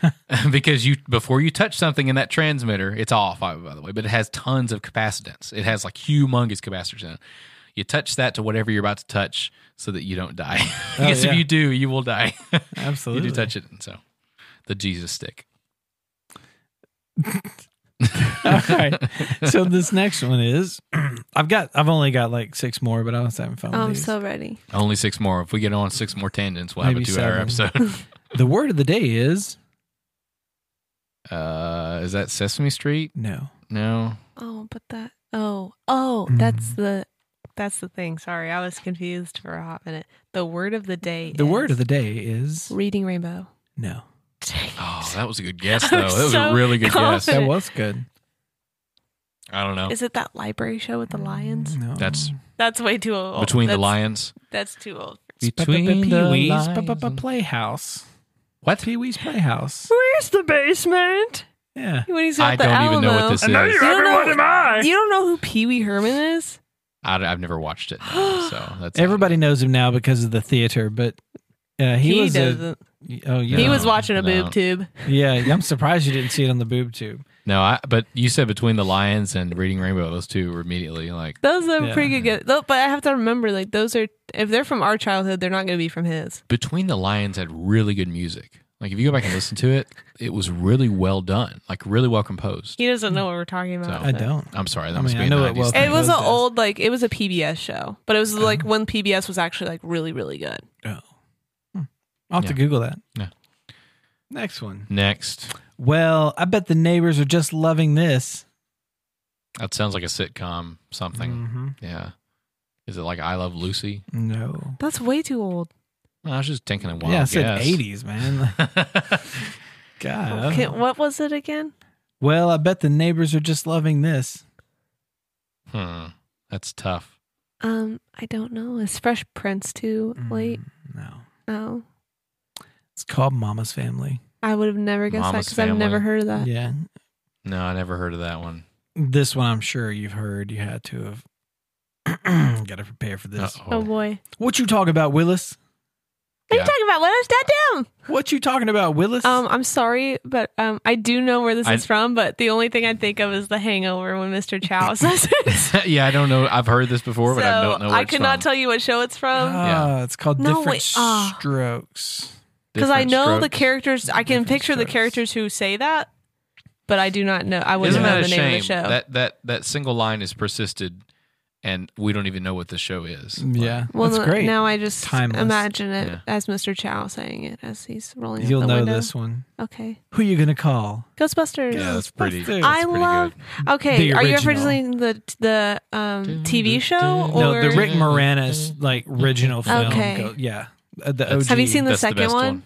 A: [LAUGHS] because you before you touch something in that transmitter, it's off by by the way, but it has tons of capacitance. It has like humongous capacitors in it. You touch that to whatever you're about to touch, so that you don't die. [LAUGHS]
B: Oh,
A: because
B: yeah.
A: if you do, you will die. [LAUGHS] you
B: Absolutely.
A: do touch it, and so the Jesus stick.
B: [LAUGHS] All right. So this next one is [CLEARS THROAT] I've got I've only got like six more, but I also haven't found
C: Oh, I'm
B: these.
C: so ready.
A: [LAUGHS] Only six more. If we get on six more tangents, we'll
B: Maybe
A: have a two-hour
B: seven. [LAUGHS]
A: episode.
B: the word of the day is
A: uh, is that Sesame Street?
B: no.
A: No.
C: Oh, but that. Oh, oh,
A: Mm.
C: that's the. That's the thing. Sorry, I was confused for a hot minute. The word of the day.
B: The
C: is
B: word of the day is
C: reading rainbow.
B: no.
C: Dang it. [LAUGHS]
A: Oh,
B: [LAUGHS]
A: that was a good guess, though.
C: I'm
A: That was a
C: so
A: really good guess.
C: confident.
B: That was good.
A: I don't know.
C: Is it that library show with the lions?
B: No.
A: That's
C: That's way too old.
A: Mm. between the
C: That's-
A: lions.
C: That's too old.
A: Between the
B: Pee-wee's
A: lines and-
B: Playhouse.
A: What?
B: Pee-wee's Playhouse.
C: Where's the basement?
B: Yeah.
C: When he's got
A: I
C: the
A: don't even know
C: Alamo.
A: what this is.
C: You
A: I,
C: don't, know, you don't know who Pee Wee Herman is?
A: have never watched it,
B: [GASPS]
A: no, so that's
B: Everybody knows him now because of the theater, but uh, he, was a,
C: doesn't.
B: oh yeah.
A: No,
C: he was watching a
A: no.
C: boob tube.
B: yeah, I'm surprised you didn't see it on the boob tube.
A: No, I, but you said between the lions and reading rainbow. Those two were immediately like.
C: Those are
B: Yeah.
C: pretty good. Though, But I have to remember, like, those are, if they're from our childhood, they're not going to be from his.
A: Between the Lions had really good music. Like if you go back and listen to it, it was really well done, like really well composed.
C: He doesn't know what we're talking about.
A: So-
B: I
C: but-
B: don't.
A: I'm sorry, that
B: I
A: must
B: mean, I
A: be
B: know
A: a
B: it
A: 90s
B: well
A: thing.
C: It was an
B: Those days.
C: old, like, it was a PBS show, but it was
A: Oh.
C: like when PBS was actually, like, really, really good.
B: Oh. Hmm. I'll have to
A: Yeah.
B: Google that.
A: Yeah.
B: Next one.
A: Next,
B: Well, I bet the neighbors are just loving this.
A: that sounds like a sitcom something.
C: Mm-hmm.
B: Mhm.
A: Yeah, is it like I Love Lucy?
B: No.
C: That's way too old.
A: I was just thinking a while.
B: yeah, I said
A: guess.
B: 80s, man. [LAUGHS]
A: [LAUGHS] Oh.
B: God. I don't
C: Okay,
B: know.
C: what was it again?
B: Well, I bet the neighbors are just loving this.
A: hmm, that's tough.
C: Um, I don't know. Is Fresh Prince too
A: Mm-hmm.
C: late?
B: Mm, No.
C: Oh,
B: It's called Mama's Family.
C: I would have never guessed
A: Mama's
C: that because I've
A: Family.
C: never heard of that.
B: yeah.
A: No, I never heard of that one.
B: This one I'm sure you've heard. You had to have. [CLEARS THROAT] Got to prepare for this.
A: Uh-oh.
C: Oh, boy.
B: What you talking about, Willis?
C: What
A: Yeah.
C: are you talking about? What is that down?
B: What you talking about, Willis?
C: Um, I'm sorry, but um, I do know where this
A: I-
C: is from. But the only thing I think of is The Hangover when Mr.
A: [LAUGHS]
C: Chow says it. so
A: [LAUGHS] yeah, I don't know. I've heard this before, but I don't know. Where
C: I
A: it's
C: could not
A: from.
C: tell you what show it's from
B: Ah,
A: yeah.
B: It's called
C: um, No,
B: Different
C: wait, ah.
B: Strokes.
C: because I
A: Different
C: know the
A: Strokes.
C: characters. I can
B: Different
C: picture the
B: strokes.
C: characters who say that, but I do not know. I wouldn't
A: Isn't
C: know
A: that a
C: the name
A: shame?
C: of the show.
A: That that that single line has persisted and we don't even know what this show is.
B: Yeah.
C: Well,
B: that's great.
C: now I just
B: Timeless.
C: imagine it
A: Yeah.
C: as Mr. Chow saying it as he's rolling.
B: You'll
C: up the
B: know
C: window.
B: this one.
C: Okay,
B: Who you going to call?
C: Ghostbusters.
A: Yeah, that's pretty.
B: Ghostbusters.
A: that's
C: I
A: pretty
C: love.
A: good.
C: Okay,
B: The
C: are you referencing
B: original.
C: the the um, TV show or
B: No, the Rick
A: Or-
B: Moranis like original film.
C: Okay.
B: Go- yeah. Uh, the OG.
A: That's-
C: Have you seen the
A: That's
C: second
A: best
C: one?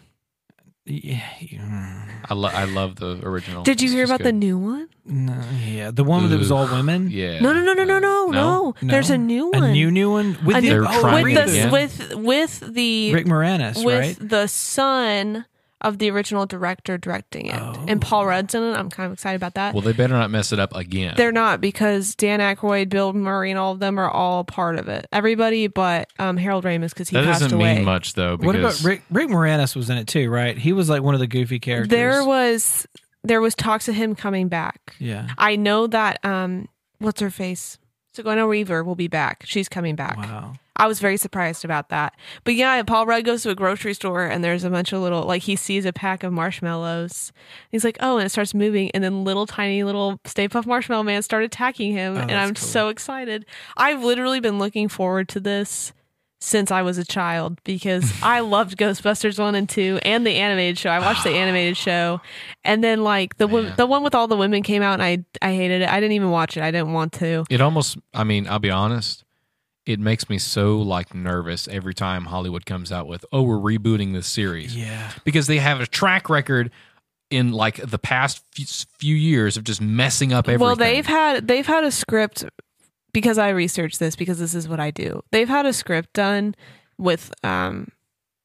B: Yeah.
A: I, lo- I love the original.
C: Did you
A: It's
C: hear
A: just
C: about the
A: good.
C: new one?
B: No, yeah, the one that was all women.
A: Yeah.
C: No, no, no, no, no, no, no,
B: No?
C: There's a new one.
B: A new new one with
C: A
B: the,
C: new- oh,
A: They're trying
C: with the
A: again?
C: with with the
B: Rick Moranis,
C: with
B: right?
C: the son of the original director directing it
B: Oh.
C: and Paul Rudd's in it. I'm kind of excited about that.
A: Well, they better not mess it up again.
C: They're not because Dan Aykroyd, Bill Murray, and all of them are all part of it. Everybody but um, Harold Ramis because he
A: that
C: passed
A: doesn't
C: away.
A: mean much though. Because
B: What about Rick? Rick Moranis was in it too, right? He was like one of the goofy characters.
C: There was there was talks of him coming back.
B: yeah.
C: I know that um, what's her face. Sigourney Weaver will be back. She's coming back.
B: Wow.
C: I was very surprised about that. But yeah, Paul Rudd goes to a grocery store and there's a bunch of little, like he sees a pack of marshmallows. He's like, oh, and it starts moving. And then little tiny little Stay Puff Marshmallow Man start attacking him.
B: Oh,
C: and
B: that's
C: I'm
B: cool.
C: so excited. I've literally been looking forward to this since I was a child
B: [LAUGHS]
C: because I loved Ghostbusters 1 and 2 and the animated show. I watched the
B: [SIGHS]
C: animated show. And then like the wo-
A: Man.
C: the one with all the women came out and I I hated it. I didn't even watch it. I didn't want to.
A: It almost. I mean, I'll be honest. It makes me so like nervous every time Hollywood comes out with, "Oh, we're rebooting this series."
B: Yeah.
A: because they have a track record in like the past few- few years of just messing up everything.
C: Well, they've had they've had a script because I researched this because this is what I do. They've had a script done with um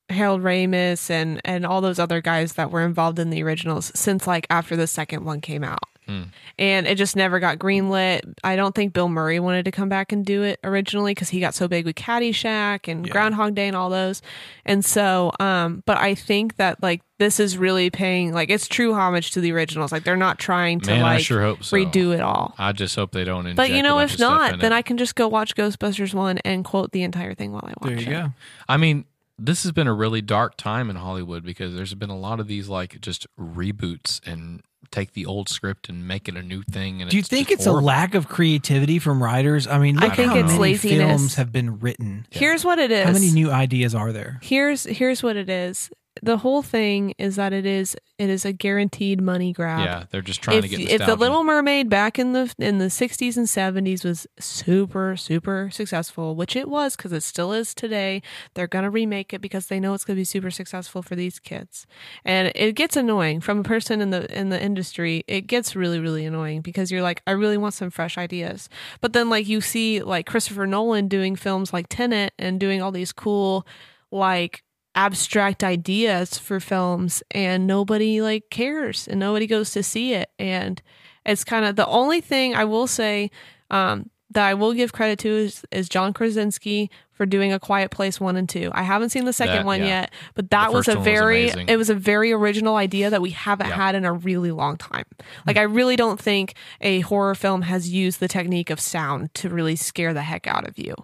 C: Harold Ramis and and all those other guys that were involved in the originals since like after the second one came out.
A: Hmm.
C: And it just never got greenlit. I don't think Bill Murray wanted to come back and do it originally because he got so big with Caddyshack and
B: Yeah.
C: Groundhog Day and all those. And so, um, but I think that like this is really paying like it's true homage to the originals. Like they're not trying to
A: man.
C: like
A: I sure hope so.
C: redo it all.
A: I just hope they don't.
C: But you know, if not, then
A: I.
C: I can just go watch Ghostbusters one and quote the entire thing while I watch
B: There you
C: it.
B: go.
A: I mean, this has been a really dark time in Hollywood because there's been a lot of these like just reboots and take the old script and make it a new thing. And
B: Do you
A: it's
B: think
A: just
B: it's a
A: horrible.
B: lack of creativity from writers? I mean,
C: I
B: look
A: think
B: how
A: it's
B: many
C: laziness.
B: films have been written.
C: Here's what it is.
B: How many new ideas are there?
C: here's here's what it is. The whole thing is that it is it is a guaranteed money grab.
A: Yeah, they're just trying
C: if,
A: to get
C: if the
A: nostalgia.
C: Little Mermaid back in the in the 60s and 70s was super super successful, which it was because it still is today, they're gonna remake it because they know it's gonna be super successful for these kids, and it gets annoying from a person in the in the industry. It gets really really annoying because you're like, I really want some fresh ideas, but then like you see like Christopher Nolan doing films like Tenet and doing all these cool like abstract ideas for films and nobody like cares and nobody goes to see it and it's kind of the only thing I will say um, that I will give credit to is, is John Krasinski for doing a Quiet Place one and two. I haven't seen the second
A: That-
C: one
A: yeah.
C: yet, but that
A: The
C: was
A: first
C: a
A: one was
C: very
A: amazing.
C: it was a very original idea that we haven't
A: Yeah. Hmm.
C: had in a really long time. Like I really don't think a horror film has used the technique of sound to really scare the heck out of you.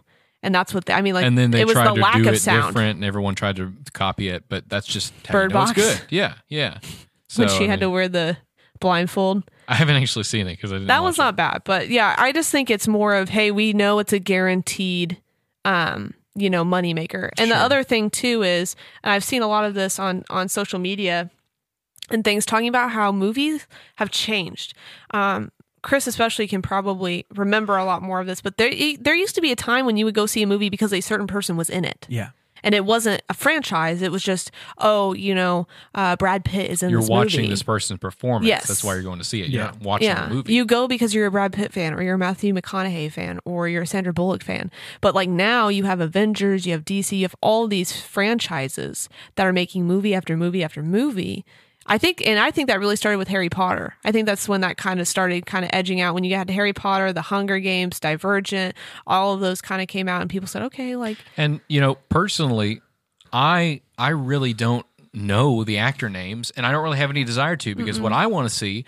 C: And that's what the, I mean. Like
A: and then they
C: it was
A: tried
C: the
A: to
C: lack
A: do
C: of
A: it
C: sound.
A: different, and everyone tried to copy it. But that's just how
C: Bird
A: you know it's
C: Box.
A: good. Yeah, yeah. So
C: [LAUGHS] when she
A: I
C: had to
A: mean,
C: wear the blindfold.
A: I haven't actually seen it because I didn't.
C: That was uh,
A: watch
C: not bad, but yeah, I just think it's more of hey, we know it's a guaranteed, um, you know, moneymaker. And the
A: Sure.
C: other thing too is, and I've seen a lot of this on on social media and things talking about how movies have changed. Um, Chris especially can probably remember a lot more of this, but there there used to be a time when you would go see a movie because a certain person was in it.
B: Yeah.
C: And it wasn't a franchise. It was just, oh, you know, uh, Brad Pitt is in
A: It. You're
C: this
A: watching
C: movie.
A: this person's performance.
C: Yes.
A: That's why you're going to see it. You're
B: Yeah.
A: not watching the movie.
C: You go because you're a Brad Pitt fan or you're a Matthew McConaughey fan or you're a Sandra Bullock fan. But like now you have Avengers, you have DC, you have all these franchises that are making movie after movie after movie. I think and I think that really started with Harry Potter. I think that's when that kind of started kind of edging out when you had Harry Potter, The Hunger Games, Divergent, all of those kind of came out and people said, "Okay, like
A: And you know, personally, I I really don't know the actor names, and I don't really have any desire to because what I want to see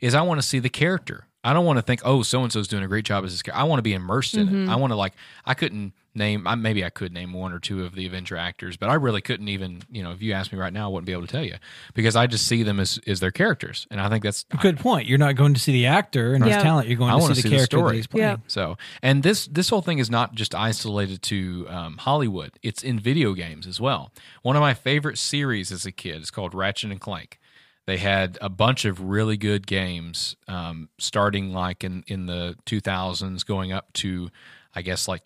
A: is I want to see the character. I don't want to think, oh, so and so's doing a great job as this character. I want to be immersed in
C: Mhm.
A: it. I want to like. I couldn't name. I, maybe I could name one or two of the Avenger actors, but I really couldn't even. You know, if you asked me right now, I wouldn't be able to tell you because I just see them as as their characters, and I think that's
B: Good point. You're not going to see the actor and his
C: Yeah.
B: talent. You're going
A: I
B: to see
A: wanna
B: the
A: see the
B: character that
A: story.
B: he's playing.
C: Yeah.
A: So, and this this whole thing is not just isolated to um, Hollywood. It's in video games as well. One of my favorite series as a kid is called Ratchet and Clank. They had a bunch of really good games, um, starting like in in the 2000s, going up to, I guess, like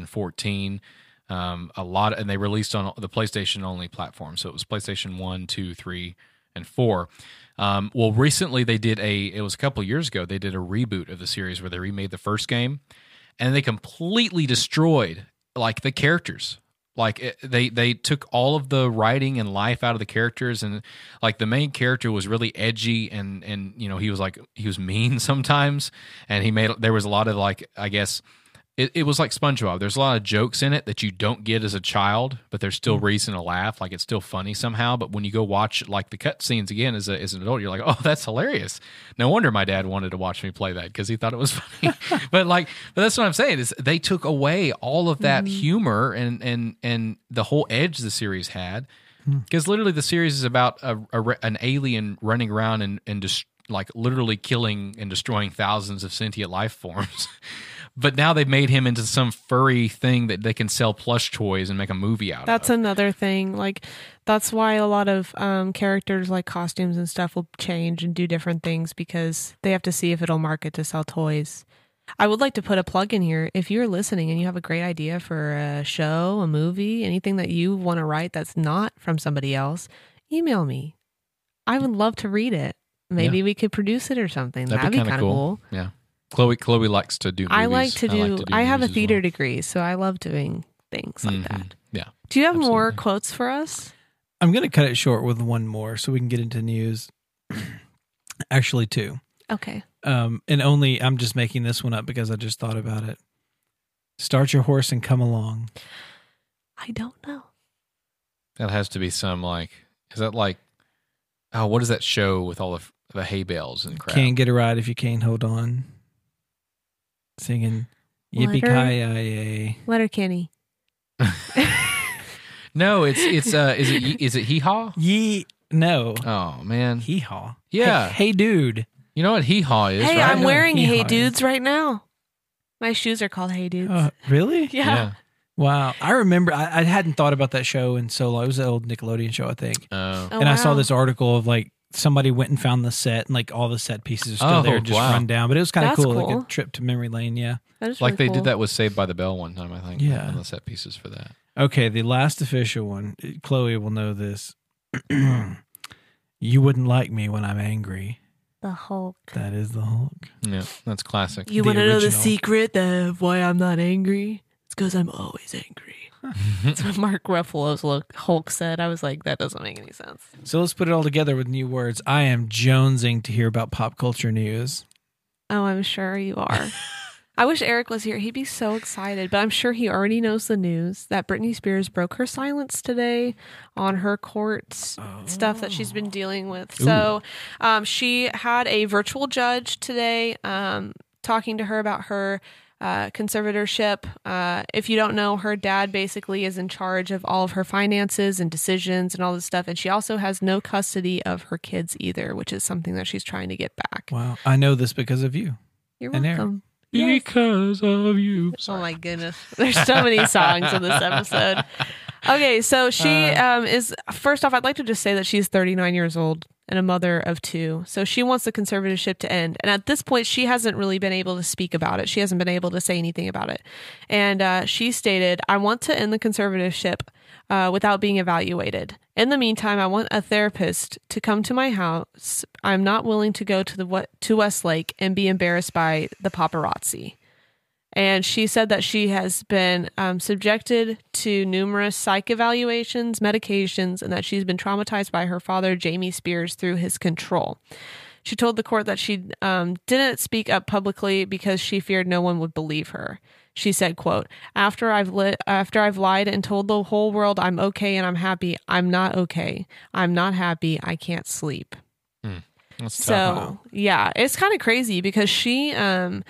A: 2014. Um, a lot, and they released on the PlayStation only platform. So it was PlayStation One, Two, Three, and Four. Um, well, recently they did a. It was a couple years ago. They did a reboot of the series where they remade the first game, and they completely destroyed like the characters. Like it, they they took all of the writing and life out of the characters, and like the main character was really edgy, and and you know he was like he was mean [LAUGHS] sometimes, and he made there was a lot of like I guess. It, it was like SpongeBob. There's a lot of jokes in it that you don't get as a child, but there's still reason to laugh. Like it's still funny somehow. But when you go watch like the cutscenes again as a, as an adult, you're like, oh, that's hilarious. No wonder my dad wanted to watch me play that because he thought it was [LAUGHS] funny. but like, but that's what I'm saying is they took away all of that humor and and and the whole edge the series had
C: Hmm.
A: because literally the series is about a, a re- an alien running around and and just like literally killing and destroying thousands of sentient life forms. [LAUGHS] but now they've made him into some furry thing that they can sell plush toys and make a movie out
C: That's
A: of.
C: another thing. Like that's why a lot of um, characters, like costumes and stuff, will change and do different things because they have to see if it'll market to sell toys. I would like to put a plug in here. If you're listening and you have a great idea for a show, a movie, anything that you want to write that's not from somebody else, email me. I would love to read it. Maybe we could produce it or something. That'd, be,
A: kinda
C: kind of cool.
A: Yeah. Chloe Chloe likes to do movies.
C: I like to do. I, have a
A: movies as
C: theater
A: well.
C: degree, so I love doing things like
A: Mhm.
C: that.
A: Yeah.
C: Do you have more
A: Absolutely.
C: quotes for us?
B: I'm going to cut it short with one more so we can get into news. [CLEARS THROAT] Actually, two.
C: Okay.
B: Um, and only I'm just making this one up because I just thought about it. Start your horse and come along.
C: I don't know.
A: That has to be some like is that like oh what is that show with all the f- the hay bales and crap?
B: Can't get a ride if you can't hold on. Singing yippee ki
C: Letter Kenny.
A: no, it's it's uh is it ye- is it hee haw?
B: Ye no
A: Oh man,
B: hee haw.
A: Yeah.
B: Hey, hey dude.
A: you know what hee haw is?
C: Hey,
A: right?
C: I'm wearing
B: Hee-haw,
C: Hey
B: yeah.
C: Dudes right now. My shoes are called Hey Dudes.
B: Uh, really?
C: [LAUGHS] yeah. [LAUGHS]
B: Wow. I remember I, I hadn't thought about that show in so long. It was an old Nickelodeon show, I think.
A: Oh.
C: Oh,
B: and I saw
C: wow.
B: this article of like somebody went and found the set and like all the set pieces are still
A: Oh,
B: there just
A: wow.
B: run down. But it was kind of
C: That's
B: cool, Like
C: cool.
B: a trip to memory lane, yeah.
C: That is
A: like they
C: really
A: did
C: cool.
A: that with Saved by the Bell one time, I think.
B: Yeah.
A: on the set pieces for that.
B: Okay, the last official one. Uh, Chloe will know this. [CLEARS THROAT] you wouldn't like me when I'm angry.
C: The Hulk.
B: That is the Hulk.
A: Yeah, that's classic.
C: You
B: the
C: want to know the
B: original.
C: secret of why I'm not angry? It's because I'm
B: [LAUGHS]
C: always angry. That's what Mark Ruffalo's look, Hulk said. I was like, that doesn't make any sense.
B: So let's put it all together with new words. I am jonesing to hear about pop culture news.
C: Oh, I'm sure you are. I wish Eric was here. He'd be so excited, but I'm sure he already knows the news that Britney Spears broke her silence today on her court stuff that she's been dealing with. So um, she had a virtual judge today um, talking to her about her uh, conservatorship. Uh, if you don't know, her dad basically is in charge of all of her finances and decisions and all this stuff. And she also has no custody of her kids either, which is something that she's trying to get back.
B: Wow. I know this because of you.
C: You're
B: And Eric.
C: welcome. Yes.
A: Because of you.
C: Oh
A: Sorry.
C: my goodness. [LAUGHS] There's so many songs in this [LAUGHS] episode. Okay, so she um, is, first off, I'd like to just say that she's 39 years old and a mother of two. So she wants the conservatorship to end. And at this point, she hasn't really been able to speak about it. She hasn't been able to say anything about it. And uh, she stated, I want to end the conservatorship uh, without being evaluated. In the meantime, I want a therapist to come to my house. I'm not willing to go to the what to Westlake and be embarrassed by the paparazzi and she said that she has been um, subjected to numerous psych evaluations, medications, and that she's been traumatized by her father, Jamie Spears, through his control. She told the court that she um, didn't speak up publicly because she feared no one would believe her. She said, "quote After I've li- after I've lied and told the whole world I'm okay and I'm happy, I'm not okay. I'm not happy. I can't sleep."
A: That's tough.
C: So yeah, it's kind of crazy because she um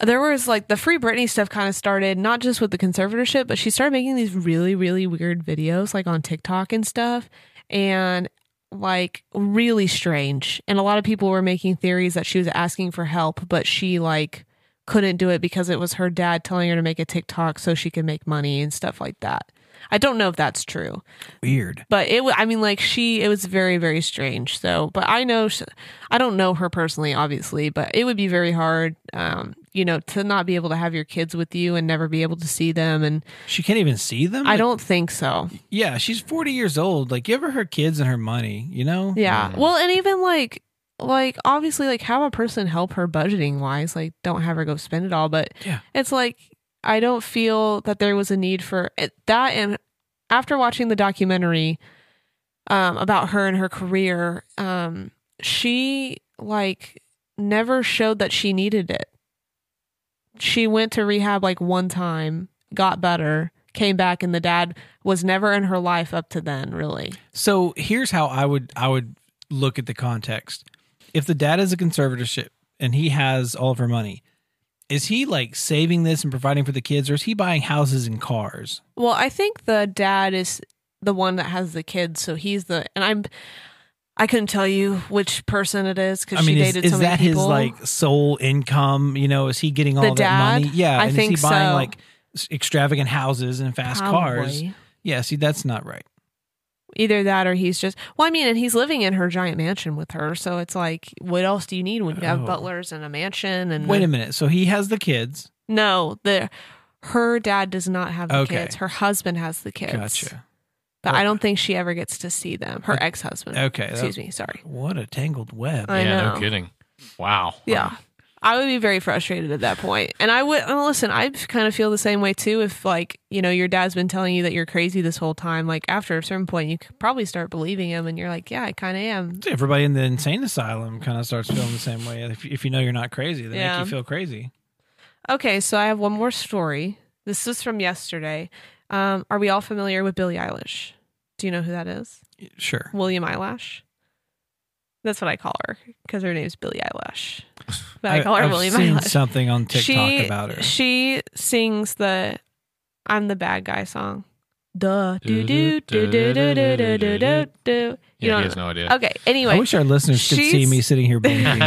C: there was like the free Britney stuff kind of started not just with the conservatorship, but she started making these really really weird videos like on TikTok and stuff and like really strange. And a lot of people were making theories that she was asking for help, but she like couldn't do it because it was her dad telling her to make a TikTok so she could make money and stuff like that. I don't know if that's true
B: Weird.
C: but it wa- i mean like she it was very very strange so but i know sh i don't know her personally obviously but it would be very hard um you know to not be able to have your kids with you and never be able to see them and
B: She can't even see them.
C: i don't think so
B: Yeah, she's forty years old. Like, give her her kids and her money. You know.
C: yeah
A: Mm.
C: well and even like like obviously like have a person help her budgeting wise like don't have her go spend it all but
B: Yeah.
C: it's like i don't feel that there was a need for it, that and after watching the documentary um about her and her career um she like never showed that she needed it she went to rehab like one time got better came back and the dad was never in her life up to then really
B: So here's how I would I would look at the context. If the dad is a conservatorship and he has all of her money, is he like saving this and providing for the kids, or is he buying houses and cars?
C: Well, I think the dad is the one that has the kids, so he's the and I'm. I couldn't tell you which person it is because
B: I mean,
C: she
B: is,
C: dated
B: is
C: so many
B: that
C: people.
B: his like sole income? You know, is he getting all
C: The
B: of that money?
C: dad?
B: Yeah,
C: I
B: and
C: think
B: is he buying
C: so.
B: like s- extravagant houses and fast cars?
C: Probably.
B: Yeah, see, that's not right.
C: Either that or he's just. Well, I mean, and he's living in her giant mansion with her, so it's like, what else do you need when you have
B: Oh.
C: butlers and a mansion? And
B: Wait a minute. So he has the kids.
C: no, the her dad does not have the
B: Okay.
C: kids. Her husband has the kids.
B: Gotcha.
C: But I don't think she ever gets to see them. Her ex husband.
B: Okay, that-
C: Excuse me. Sorry.
B: What a tangled web.
C: I
A: yeah,
C: know.
A: no kidding. Wow.
C: Yeah. I would be very frustrated at that point. And I would, and listen, I kind of feel the same way too. If, like, you know, your dad's been telling you that you're crazy this whole time, like, after a certain point, you could probably start believing him and you're like, yeah, I kind of am.
B: Everybody in the insane asylum kind of starts feeling the same way. If, if you know you're not crazy, they
C: Yeah.
B: make you feel crazy.
C: Okay. So I have one more story. This is from yesterday. Um, are we all familiar with Billie Eilish? Do you know who that is?
B: Sure.
C: William Eyelash. That's what I call her because her name's Billie Eyelash. But I, call her
B: have
C: William
B: seen
C: Eyelash.
B: something on TikTok
C: She-
B: about her.
C: She sings the "I'm the bad guy" song. Duh, do do do do do do do do do. do. You
A: Yeah, he
C: know.
A: has no idea.
C: Okay.
B: I
C: Anyway,
B: wish our listeners could see
C: she's-
B: me sitting here
A: [LAUGHS]
B: blinking.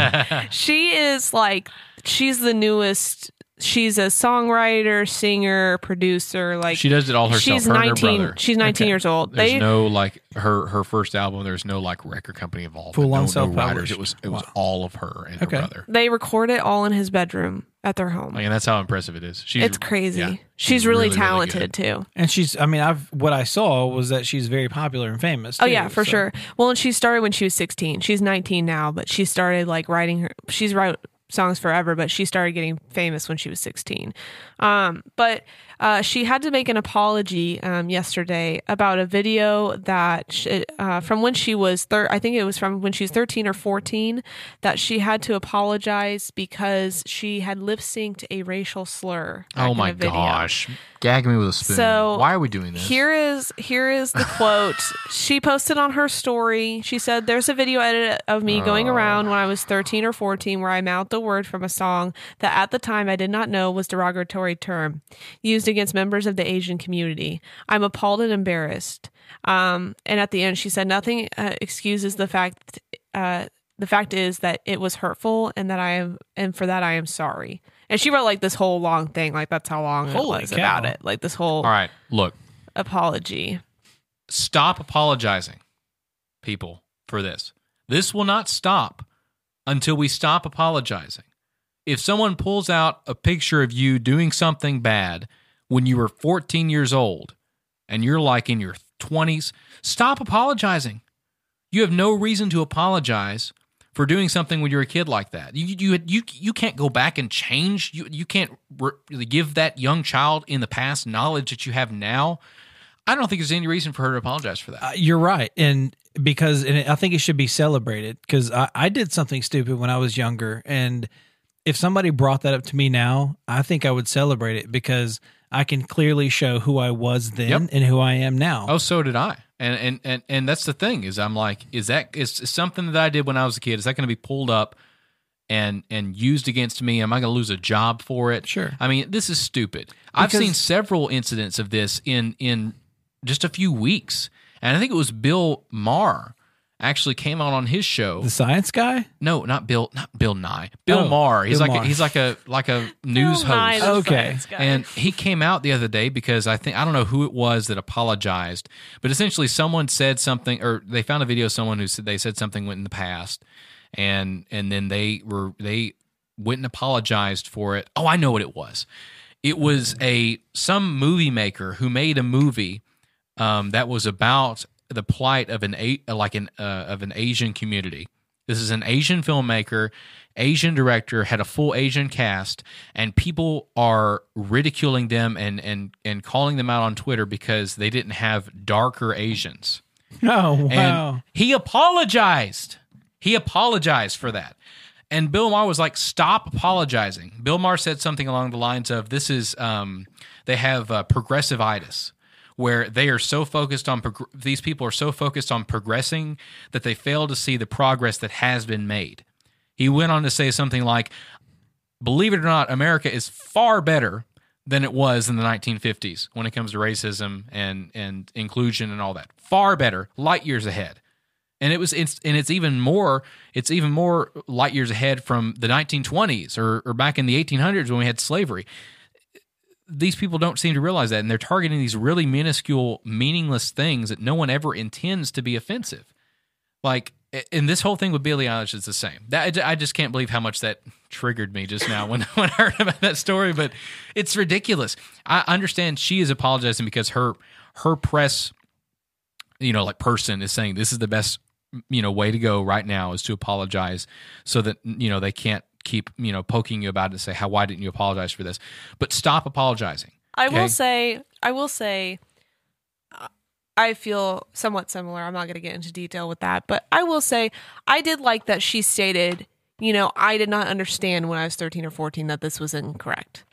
C: she is like she's the newest. She's a songwriter, singer, producer. Like
A: she does it all herself.
C: she's
A: her and her
C: nineteen.
A: brother.
C: She's nineteen
B: Okay.
C: years old.
A: There's
C: They
A: no like her her first album. There's no like record company involved.
B: Full on
A: no, no
B: self-published.
A: writers. It was it was
B: Wow.
A: all of her and
B: Okay.
A: her brother.
C: they record it all in his bedroom at their home.
A: Like, and that's how impressive it is. She's
C: it's crazy.
A: Oh, yeah.
C: she's, really,
A: really, really
C: talented too.
B: and she's, I mean, I've what I saw was that she's very popular and famous.
C: Oh
B: too,
C: yeah, for
B: so-
C: sure. Well, and she started when she was 16. She's 19 now, but she started like writing her she's wrote songs forever, but she started getting famous when she was 16. Um, but uh, she had to make an apology um, yesterday about a video that she, uh, from when she was thir- I think it was from when she was 13 or 14 that she had to apologize because she had lip synced a racial slur. back
A: Oh
C: in
A: my
C: a video.
A: gosh. Gag me with a spoon.
C: So,
A: Why are we doing this?
C: Here is here is the quote she posted on her story. She said, "There's a video edit of me going around when I was 13 or 14 where I mouthed a word from a song that at the time I did not know was derogatory term used against members of the Asian community. I'm appalled and embarrassed." Um, and at the end, she said, "Nothing uh, excuses the fact." Uh, the fact is that it was hurtful and that I am and for that I am sorry. And she wrote like this whole long thing, like that's how long
B: Holy
C: it was
B: cow.
C: about it. Like this whole
A: all right. Look,
C: apology.
A: stop apologizing, people, for this. This will not stop until we stop apologizing. If someone pulls out a picture of you doing something bad when you were 14 years old and you're like in your 20s, stop apologizing. You have no reason to apologize for doing something when you're a kid like that. You you you you can't go back and change. You you can't re- really give that young child in the past knowledge that you have now. I don't think there's any reason for her to apologize for that.
B: Uh, you're right, and because and I think it should be celebrated because I, I did something stupid when I was younger, and if somebody brought that up to me now, I think I would celebrate it because I can clearly show who I was then
A: Yep.
B: and who I am now.
A: oh, so did I. And, and and and that's the thing is I'm like is that is something that I did when I was a kid is that going to be pulled up and and used against me am I going to lose a job for it
B: Sure.
A: I mean this is stupid I've
B: Because-
A: seen several incidents of this in in just a few weeks and I think it was Bill Maher actually came out on his show
B: The science [LAUGHS] guy?
A: no not Bill not Bill Nye Bill
B: Oh,
A: Maher he's
B: Bill
A: like
B: Maher.
A: A, he's like a like a news
C: [LAUGHS] Bill Nye
A: host
C: the
B: Okay.
C: science guy.
A: and he came out the other day because I think I don't know who it was that apologized, but essentially someone said something, or they found a video of someone who said they said something went in the past, and and then they were they went and apologized for it. Oh, I know what it was. It was a some movie maker who made a movie um, that was about the plight of an a, like an uh, of an Asian community. This is an Asian filmmaker, Asian director, had a full Asian cast, and people are ridiculing them and and and calling them out on Twitter because they didn't have darker Asians.
B: Oh,
A: And
B: wow.
A: he apologized. He apologized for that. And Bill Maher was like, stop apologizing. Bill Maher said something along the lines of, this is, um, they have uh, progressivitis, where they are so focused on, prog- these people are so focused on progressing that they fail to see the progress that has been made. He went on to say something like, believe it or not, America is far better than it was in the 1950s when it comes to racism and and inclusion and all that. Far better, light years ahead. And it was it's and it's even more it's even more light years ahead from the 1920s or or back in the 1800s when we had slavery. These people don't seem to realize that, and they're targeting these really minuscule, meaningless things that no one ever intends to be offensive. Like, and this whole thing with Billie Eilish is the same. That I just can't believe how much that triggered me just now when, [LAUGHS] when I heard about that story. But it's ridiculous. I understand she is apologizing because her her press, you know, like person is saying this is the best you know way to go right now is to apologize so that you know they can't keep you know poking you about it and say how why didn't you apologize for this but stop apologizing
C: I
A: Okay.
C: will say, I will say, uh, I feel somewhat similar. I'm not going to get into detail with that, but I will say, I did like that she stated, you know, I did not understand when I was 13 or 14 that this was incorrect.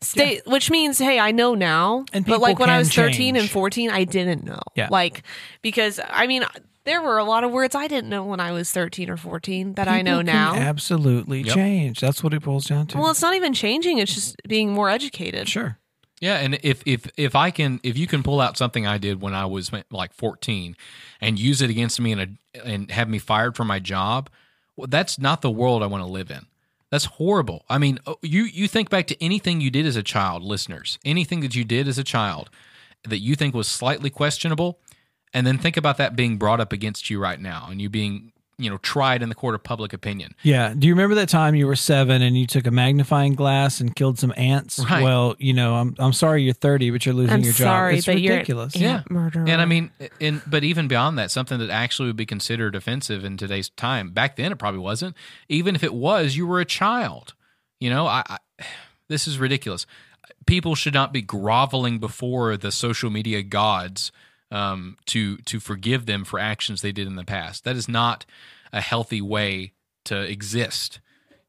C: State, which means, hey, I know now.
B: And
C: but
B: people
C: like when I
B: can
C: was 13 and
B: change.
C: 14, I didn't know.
B: Yeah.
C: Like because I mean, there were a lot of words I didn't know when I was 13 or 14 that I
B: People
C: know
B: can
C: now.
B: absolutely
A: Yep.
B: change. That's what it boils down to.
C: well, it's not even changing; it's just being more educated.
B: sure.
A: Yeah, and if if if I can if you can pull out something I did when I was like 14 and use it against me and a, and have me fired from my job, well that's not the world I want to live in. That's horrible. I mean, oh, you you think back to anything you did as a child, listeners. Anything that you did as a child that you think was slightly questionable and then think about that being brought up against you right now and you being, you know, tried in the court of public opinion.
B: Yeah. Do you remember that time you were seven and you took a magnifying glass and killed some ants?
A: Right.
B: Well, you know, I'm I'm sorry you're 30, but you're losing
C: I'm
B: your
C: sorry,
B: job. It's
C: but you're-
B: ridiculous.
C: Yeah. murderer.
A: And I mean, and but even beyond that, something that actually would be considered offensive in today's time. Back then, it probably wasn't. Even if it was, you were a child. You know, I, I [SIGHS] this is ridiculous. People should not be groveling before the social media gods um, to to forgive them for actions they did in the past. That is not a healthy way to exist.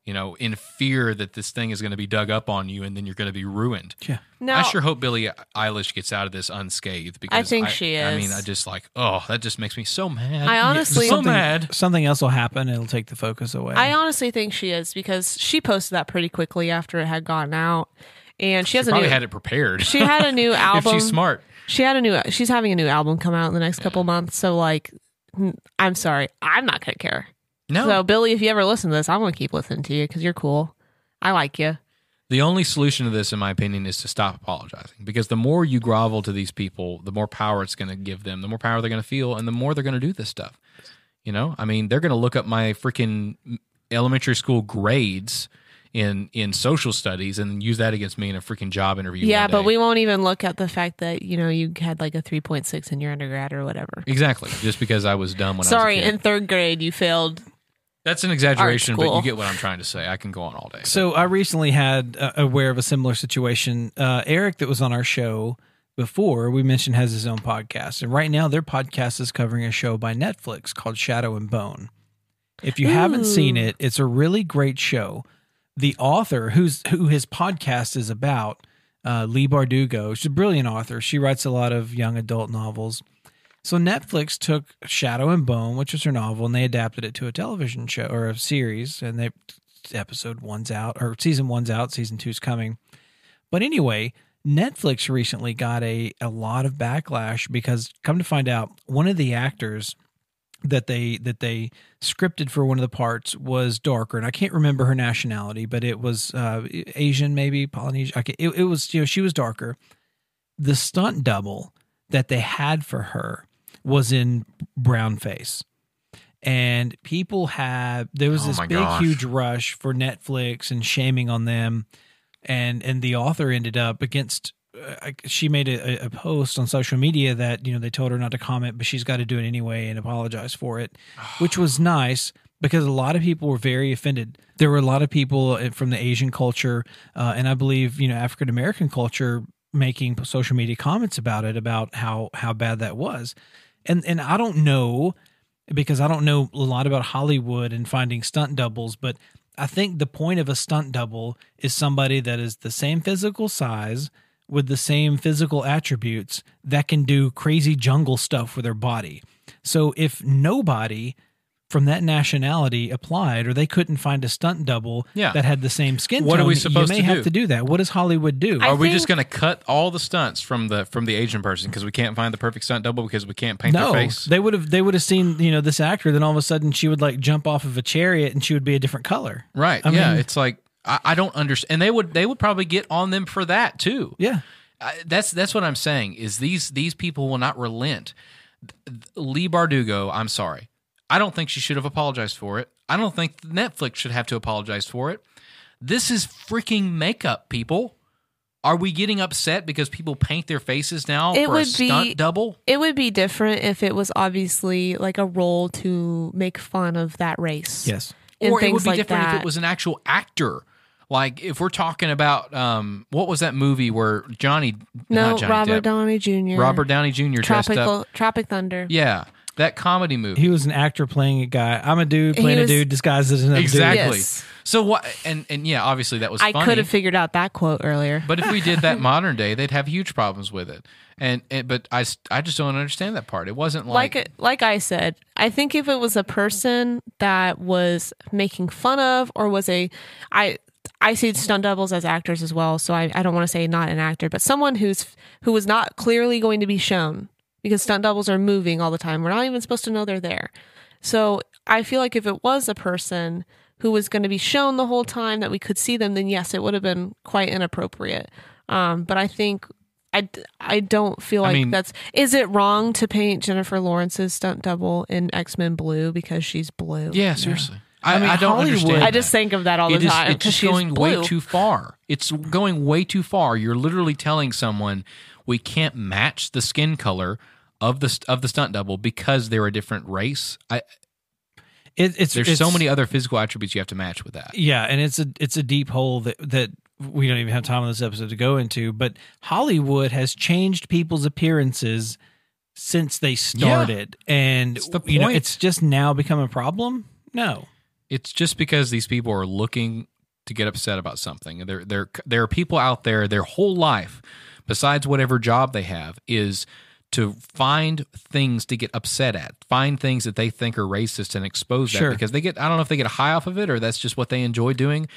A: You know, in fear that this thing is going to be dug up on you and then you're going to be ruined.
B: Yeah.
C: now,
A: I sure hope Billie Eilish gets out of this unscathed because
C: think she
A: I
C: is.
A: mean, I just like, oh, that just makes me so mad.
C: I honestly-
A: so
B: Something-
A: mad.
B: Something else will happen. It'll take the focus away.
C: I honestly think she is because she posted that pretty quickly after it had gotten out, and she has a
A: Probably
C: new.
A: had it prepared. [LAUGHS]
C: she had a new
A: if
C: album.
A: she's smart,
C: She had a new. She's having a new album come out in the next couple months. So like, n- I'm sorry, I'm not gonna care.
A: no.
C: So Billy, if you ever listen to this, I'm gonna keep listening to you because you're cool. I like you.
A: the only solution to this, in my opinion, is to stop apologizing because the more you grovel to these people, the more power it's going to give them, the more power they're going to feel, and the more they're going to do this stuff. You know, I mean, they're going to look up my freaking elementary school grades in in social studies and use that against me in a freaking job interview.
C: yeah,
A: one
C: but
A: day.
C: we won't even look at the fact that you know you had like a 3.6 in your undergrad or whatever.
A: exactly just because I was dumb when I
C: Sorry,
A: was a kid.
C: in third grade you failed.
A: That's an exaggeration, but
C: school.
A: you get what I'm trying to say. I can go on all day.
B: So I recently had uh, aware of a similar situation. Uh, Eric, that was on our show before, we mentioned has his own podcast, and right now their podcast is covering a show by Netflix called Shadow and Bone. If you haven't
C: Ooh.
B: seen it, it's a really great show. The author, who's who his podcast is about, uh, Lee Bardugo, she's a brilliant author. She writes a lot of young adult novels. So Netflix took Shadow and Bone, which was her novel, and they adapted it to a television show or a series. And they episode one's out or season one's out, season two's coming. But anyway, Netflix recently got a a lot of backlash because come to find out, one of the actors that they that they scripted for one of the parts was darker, and I can't remember her nationality, but it was uh, Asian, maybe Polynesian. I ca- it, it was you know she was darker. The stunt double that they had for her was in brown face. And people had there was
A: Oh
B: this
A: my
B: big
A: gosh.
B: huge rush for Netflix and shaming on them, and and the author ended up against. Uh, I- she made a, a post on social media that you know they told her not to comment, but she's got to do it anyway and apologize for it which was nice because a lot of people were very offended. There were a lot of people uh, from the Asian culture, uh, and I believe you know African American culture making p- social media comments about it, about how how bad that was, and and I don't know because I don't know a lot about Hollywood and finding stunt doubles, but I think the point of a stunt double is somebody that is the same physical size with the same physical attributes that can do crazy jungle stuff with their body. So if nobody from that nationality applied or they couldn't find a stunt double
A: Yeah.
B: that had the same skin
A: What are
B: tone,
A: we supposed
B: you may
A: to
B: have
A: do?
B: to do that. What does Hollywood do?
C: I
A: Are we
C: think-
A: just going to cut all the stunts from the from the Asian person because we can't find the perfect stunt double because we can't paint
B: no,
A: their face?
B: they would have they would have seen you know this actor. Then all of a sudden she would like jump off of a chariot and she would be a different color.
A: right?
B: I
A: yeah,
B: mean-
A: it's like I, I don't understand. And they would they would probably get on them for that too.
B: Yeah,
A: I, that's that's what I'm saying is these these people will not relent. Th- Lee Bardugo, I'm sorry. I don't think she should have apologized for it. I don't think Netflix should have to apologize for it. This is freaking makeup, people. Are we getting upset because people paint their faces now
C: It
A: for a
C: would be-
A: stunt double?
C: It would be different if it was obviously like a role to make fun of that race.
B: yes,
A: or it
C: And
A: would
C: things
A: be
C: like
A: different if
C: that.
A: it was an actual actor. Like if we're talking about um, what was that movie where Johnny
C: No,
A: not Johnny
C: Robert
A: Depp,
C: Downey Jr.
A: Robert Downey Jr. dressed up?
C: Tropical Tropic Thunder.
A: Yeah, that comedy movie.
B: he was an actor playing a guy. I'm a dude
C: He
B: playing
C: was-
B: a dude disguised as another dude.
A: Exactly.
C: Yes.
A: So what? And and yeah, obviously that was.
C: I
A: funny,
C: could have figured out that quote earlier.
A: But if we
C: [LAUGHS]
A: did that modern day, they'd have huge problems with it. And, and but I, s- I just don't understand that part. It wasn't like,
C: like it- like I said, I think if it was a person that was making fun of or was a I I see stunt doubles as actors as well, so I, I don't want to say not an actor, but someone who's who was not clearly going to be shown because stunt doubles are moving all the time. We're not even supposed to know they're there. So I feel like if it was a person who was going to be shown the whole time that we could see them, then yes, it would have been quite inappropriate. Um, but I think I, d- I don't feel
A: I
C: like
A: mean-
C: that's is it wrong to paint Jennifer Lawrence's stunt double in X Men blue because she's blue?
A: yeah, seriously. I,
B: I mean,
A: I don't
B: Hollywood-
A: understand.
C: I just
A: that.
C: think of that all
A: It
C: the
A: is-
C: time.
A: it's
C: 'cause
A: just
C: she's
A: going way
C: blue.
A: too far. It's going way too far. You're literally telling someone we can't match the skin color of the st- of the stunt double because they're a different race. I,
B: It, it's
A: there's
B: it's-
A: so many other physical attributes you have to match with that.
B: Yeah, and it's a it's a deep hole that that we don't even have time on this episode to go into. But Hollywood has changed people's appearances since they started, and
A: It's the
B: you know
A: point.
B: it's just now become a problem. No,
A: It's just because these people are looking to get upset about something. There, there, there are people out there. Their whole life, besides whatever job they have, is to find things to get upset at. Find things that they think are racist and expose
B: Sure.
A: that because they get. I don't know if they get high off of it or that's just what they enjoy doing.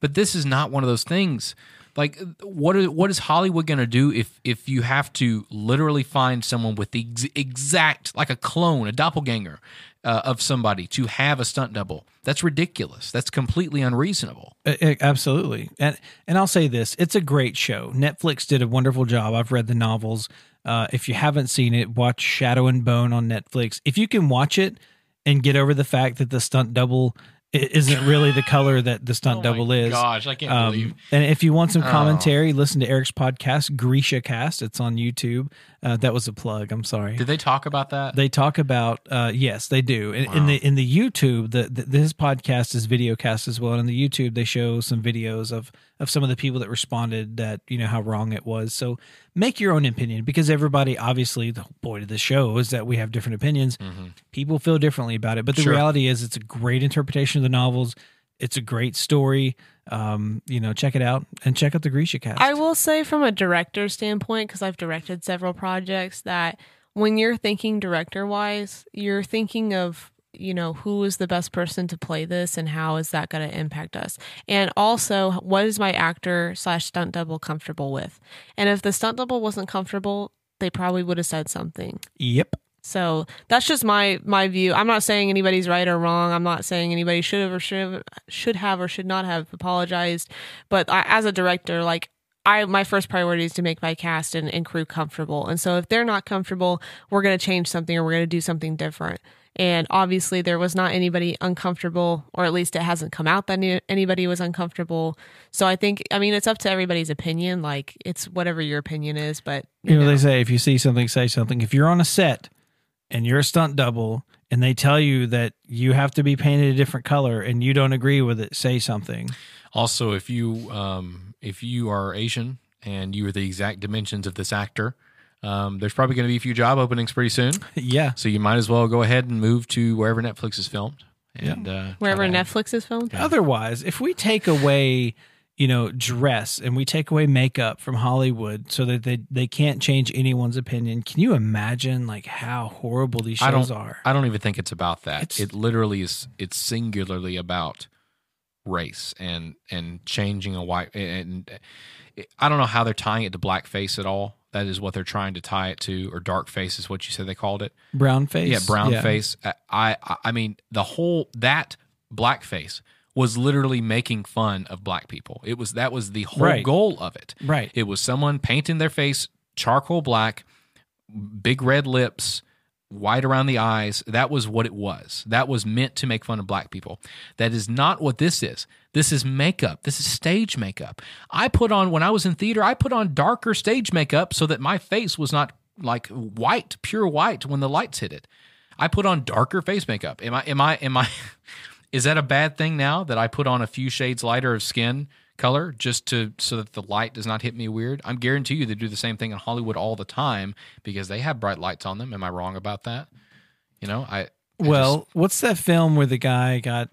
A: But this is not one of those things. Like, what is what is Hollywood going to do if if you have to literally find someone with the ex- exact, like a clone, a doppelganger uh, of somebody to have a stunt double? That's ridiculous. That's completely unreasonable.
B: Uh, uh, absolutely, and and I'll say this: it's a great show. Netflix did a wonderful job. I've read the novels. Uh, if you haven't seen it, watch Shadow and Bone on Netflix. If you can watch it and get over the fact that the stunt double i- isn't really the color that the stunt double is,
A: Oh Gosh, I can't believe.
B: Um, and if you want some
A: Oh.
B: commentary, listen to Eric's podcast, Grisha Cast. It's on YouTube. Uh, that was a plug. I'm sorry.
A: Did they talk about that?
B: They talk about uh, yes, they do. In, in
A: Wow.
B: the in the YouTube, the, the this podcast is video cast as well, and in the YouTube they show some videos of of some of the people that responded that you know how wrong it was. So make your own opinion because everybody obviously the whole point of the show is that we have different opinions. People feel differently about it, but
A: Mm-hmm.
B: the
A: Sure.
B: reality is it's a great interpretation of the novels. It's a great story. Um, you know, check it out and check out the Grisha cast.
C: I will say, from a director's standpoint, because I've directed several projects, that when you're thinking director wise, you're thinking of, you know, who is the best person to play this and how is that going to impact us? And also, what is my actor slash stunt double comfortable with? And if the stunt double wasn't comfortable, they probably would have said something.
B: Yep.
C: So that's just my my view. I'm not saying anybody's right or wrong. I'm not saying anybody should have or should have, should have or should not have apologized. But I, as a director, like I my first priority is to make my cast and, and crew comfortable. And so if they're not comfortable, we're going to change something or we're going to do something different. And obviously, there was not anybody uncomfortable, or at least it hasn't come out that any- anybody was uncomfortable. So I think, I mean, it's up to everybody's opinion. Like it's whatever your opinion is, but
B: You know, they say if you see something, say something. If you're on a set and you're a stunt double and they tell you that you have to be painted a different color and you don't agree with it,
A: [LAUGHS]
B: say something.
A: Also, if you um, if you are Asian and you are the exact dimensions of this actor, um, there's probably going to be a few job openings pretty soon.
B: yeah.
A: So you might as well go ahead and move to wherever Netflix is filmed. And uh, try
C: wherever
A: to-
C: Netflix is filmed.
B: Otherwise, if we take away, you know, dress and we take away makeup from Hollywood so that they, they can't change anyone's opinion, can you imagine like how horrible these
A: I
B: shows
A: don't.
B: are?
A: I don't even think it's about that.
B: It's-
A: it literally is. It's singularly about race and and changing a white. And and I don't know how they're tying it to blackface at all. That is what they're trying to tie it to, or dark face is what you said they called it.
B: brown face.
A: Yeah, brown face. I, I I mean the whole that blackface was literally making fun of black people. It was that was the whole
B: Right.
A: goal of it.
B: Right.
A: It was someone painting their face charcoal black, big red lips, white around the eyes. That was what it was. That was meant to make fun of black people. That is not what this is. This is makeup. This is stage makeup. I put on, when I was in theater, I put on darker stage makeup so that my face was not like white, pure white when the lights hit it. I put on darker face makeup. Am I, am I, am I, [LAUGHS] is that a bad thing now that I put on a few shades lighter of skin color just to so that the light does not hit me weird? I'm guarantee you they do the same thing in Hollywood all the time because they have bright lights on them. Am I wrong about that? You know, I, I
B: Well, what's that film where the guy got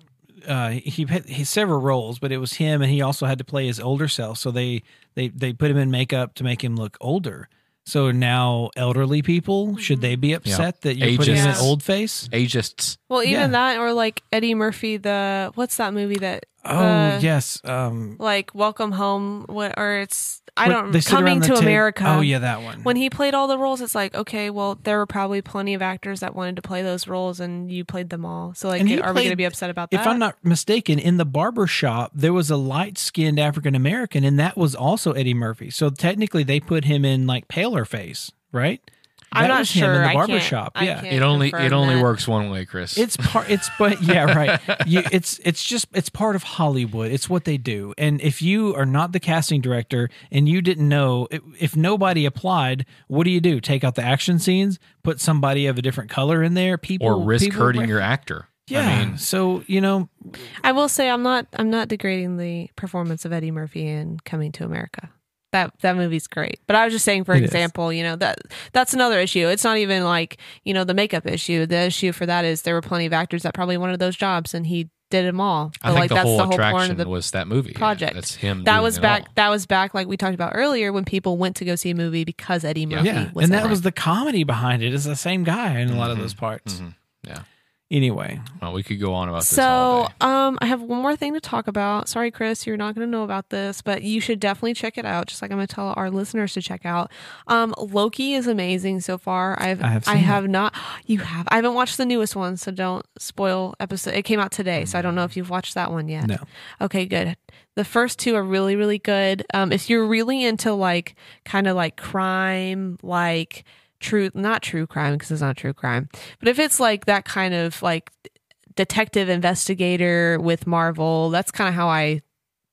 B: uh he had he had several roles, but it was him and he also had to play his older self. So they they they put him in makeup to make him look older. So now elderly people, should they be upset that you put in an
A: Ageist.
B: old face?
A: just, ageists.
C: Well, even
B: Yeah.
C: that, or like Eddie Murphy, the what's that movie that?
B: Oh,
C: uh,
B: yes. Um
C: Like Welcome Home, what or it's I
B: what-
C: don't
B: they sit
C: Coming
B: around the
C: to
B: ta-
C: America.
B: Oh yeah, that one.
C: When he played all the roles, it's like okay, well, there were probably plenty of actors that wanted to play those roles, and you played them all. So like,
B: And he
C: are we going
B: played-
C: to be upset about that?
B: if I'm not mistaken, in the barber shop there was a light-skinned African American, and that was also Eddie Murphy. So technically, they put him in like paler face, right?
C: I'm
B: That
C: not
B: was
C: sure.
B: Him in the
C: I
B: barber
C: can't-
B: shop,
C: I
B: yeah.
C: can't
A: It only
C: confirm
A: it only
C: that.
A: works one way, Chris.
B: It's part. It's but yeah,
C: [LAUGHS]
B: right. You, it's it's just it's part of Hollywood. It's what they do. And if you are not the casting director and you didn't know, if- if nobody applied, what do you do? Take out the action scenes, put somebody of a different color in there. People
A: or risk
B: people-
A: hurting your actor.
B: Yeah.
A: I mean,
B: so you know,
C: I will say I'm not I'm not degrading the performance of Eddie Murphy in Coming to America. That that movie's great. But I was just saying for
B: It is.
C: example, you know, that that's another issue. It's not even like, you know, the makeup issue. The issue for that is there were plenty of actors that probably wanted those jobs and he did them all.
A: I think
C: like
A: the whole
C: point
A: attraction was that movie Yeah,
C: project.
A: that's him.
C: that
A: doing
C: was
A: it
C: back
A: all.
C: that was back like we talked about earlier when people went to go see a movie because Eddie Murphy
B: yeah, and
C: was in
B: that
C: it.
B: was the comedy behind it. It's the same guy in a lot of those parts.
A: Mhm. Yeah.
B: Anyway,
A: Well, we could go on about this all
C: So,
A: day.
C: um, I have one more thing to talk about. Sorry, Chris, you're not going to know about this, but you should definitely check it out. Just like I'm going to tell our listeners to check out. Um, Loki is amazing so far. I've
B: I have
C: I
B: seen
C: have not. [GASPS] You have. I haven't watched the newest one, so don't spoil episode. It came out today, so I don't know if you've watched that one yet.
B: No.
C: Okay, good. The first two are really, really good. Um, if you're really into like kind of like crime, like true, not true crime because it's not true crime, but if it's like that kind of like detective investigator with Marvel, that's kind of how I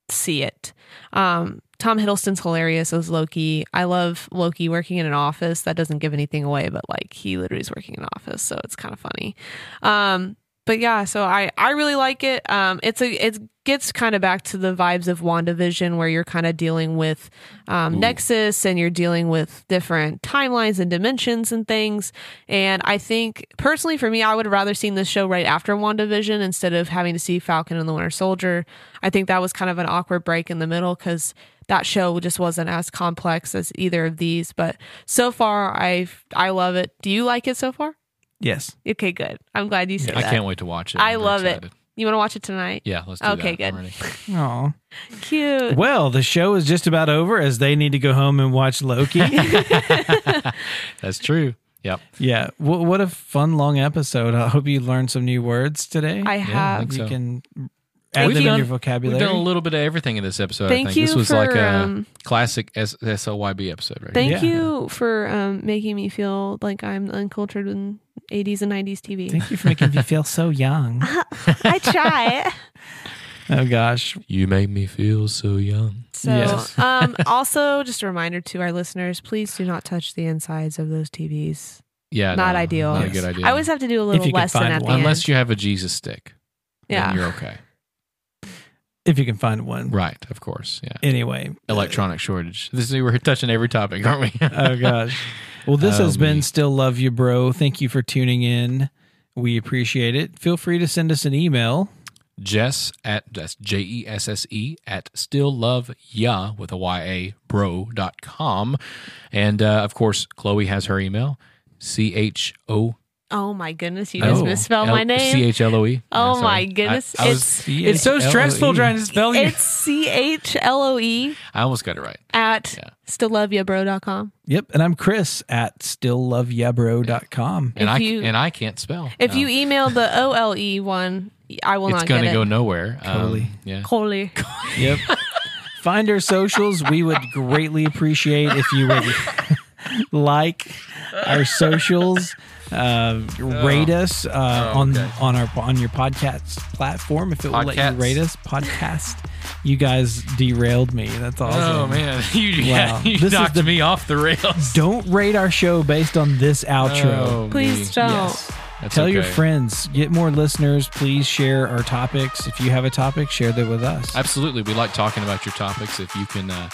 C: see it. Um, Tom Hiddleston's hilarious as Loki. I love Loki working in an office. That doesn't give anything away, but like he literally is working in an office, so it's kind of funny. Um, but yeah, so I I really like it. Um, it's a it gets kind of back to the vibes of WandaVision, where you're kind of dealing with um, Nexus and you're dealing with different timelines and dimensions and things. And I think personally, for me, I would have rather seen this show right after WandaVision instead of having to see Falcon and the Winter Soldier. I think that was kind of an awkward break in the middle because that show just wasn't as complex as either of these. But so far, I I love it. Do you like it so far?
B: Yes.
C: Okay, good. I'm glad you said
A: I
C: that.
A: can't wait to watch it.
C: I
A: I'm
C: love
A: excited.
C: it. You want to watch it tonight?
A: Yeah, let's do
C: Okay,
A: that. I'm
C: good.
A: ready.
B: Oh.
C: Cute.
B: Well, the show is just about over as they need to go home and
A: [LAUGHS]
B: watch Loki.
A: That's true. Yep.
B: yeah. Wh- what a fun long episode. I hope you learned some new words today.
A: Yeah,
C: I
A: I
C: have.
A: think
B: you
A: so.
B: can add
A: We've
B: them in
A: done-
B: your
A: We've
B: vocabulary.
A: done a little bit of everything in this episode.
C: Thank
A: I think this
C: you
A: was like
C: for,
A: a
C: um,
A: classic S- SLYB episode, right?
C: Thank
B: Yeah.
C: you for um, making me feel like I'm uncultured in 80s and 90s TV.
B: Thank you for making me feel so young.
A: [LAUGHS]
C: I try.
B: Oh gosh.
A: here. You make me feel so young.
C: So,
B: Yes.
C: um, also, just a reminder to our listeners please do not touch the insides of those TVs.
A: Yeah,
C: Not
A: no,
C: ideal.
A: Not a
B: Yes.
A: good idea.
C: I always have to do a
B: you
C: little
B: could
C: lesson
B: find
C: at the
B: one.
C: end.
A: unless you have a Jesus stick.
C: yeah.
A: then you're okay.
B: If you can find one.
A: Right, of course. Yeah.
B: Anyway.
A: Electronic shortage. This is we're touching every topic, [LAUGHS] aren't we?
B: oh gosh. Well, this
A: Oh,
B: has been
A: me.
B: Still Love You, Bro. Thank you for tuning in. We appreciate it. Feel free to send us an email.
A: Jess at that's J E S S E at still love ya with a Y A bro dot com. And uh, of course, Chloe has her email C H O
C: oh my goodness, you
A: Oh.
C: just misspelled my name.
A: C H L O E.
C: Oh
A: Yeah, sorry.
C: my goodness.
A: I, I was-
C: it's
A: it's so stressful trying to spell you.
C: it's C H L O E
A: I almost got it right.
C: at
A: Yeah.
C: stilllovyabro.com.
B: Yep. And I'm Chris at stillloveyabro.com.
A: And
C: If
A: I
C: you-
A: and I can't spell.
C: If
A: No.
C: you email the OLE one, I will
A: Oh. it's
C: not get
A: gonna
C: it.
A: go nowhere. Um,
B: Totally.
A: yeah. [LAUGHS]
C: Holy.
B: Yep. [LAUGHS] Find our socials. We would greatly appreciate if you would [LAUGHS] like our socials, uh,
A: Oh.
B: rate us uh, on on our on your podcast platform if it will let
A: Podcasts.
B: you rate us. Podcast. You guys derailed me. That's awesome.
A: Oh man, [LAUGHS] you, yeah,
B: Wow.
A: you
B: This is
A: knocked
B: the-
A: me off the [LAUGHS] rails.
B: Don't rate our show based on this outro.
A: Oh,
C: Please
A: me.
C: don't.
A: That's
B: Tell your
A: okay.
B: friends. Get more listeners. Please share our topics. If you have a topic, share that with us.
A: Absolutely. We like talking about your topics. If you can uh,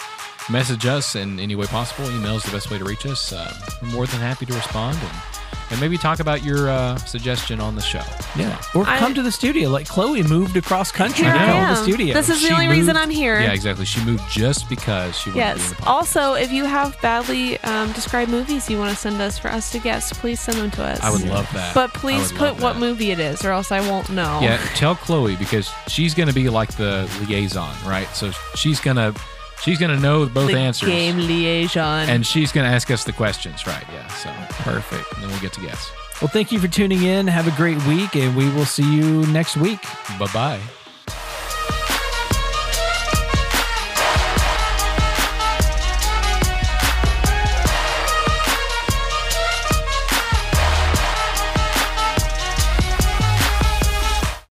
A: message us in any way possible, email is the best way to reach us. Uh, we're more than happy to respond and, and maybe talk about your uh, suggestion on the show.
B: Yeah. Or
C: I-
B: come to the studio. Like Chloe moved across country
C: Here
B: to
C: I
B: come to the
C: am.
B: studio.
C: This is
B: She
C: the only reason
B: moved-
C: I'm here.
A: Yeah, exactly. She moved just because she wanted to
C: Yes.
A: be in the podcast.
C: Also, if you have badly um, described movies you want to send us for us to guess, please send them to us.
A: I would love that.
C: But
A: I
C: please
A: would
C: put
A: love
C: what
A: that.
C: movie it is, or else I won't know.
A: Yeah, tell Chloe because she's going to be like the liaison, right? So she's going to she's going to know both
C: The
A: answers.
C: game liaison.
A: And she's going to ask us the questions, right? Yeah. So perfect. And then we'll get to guess.
B: Well, thank you for tuning in. Have a great week, and we will see you next week.
A: Bye bye.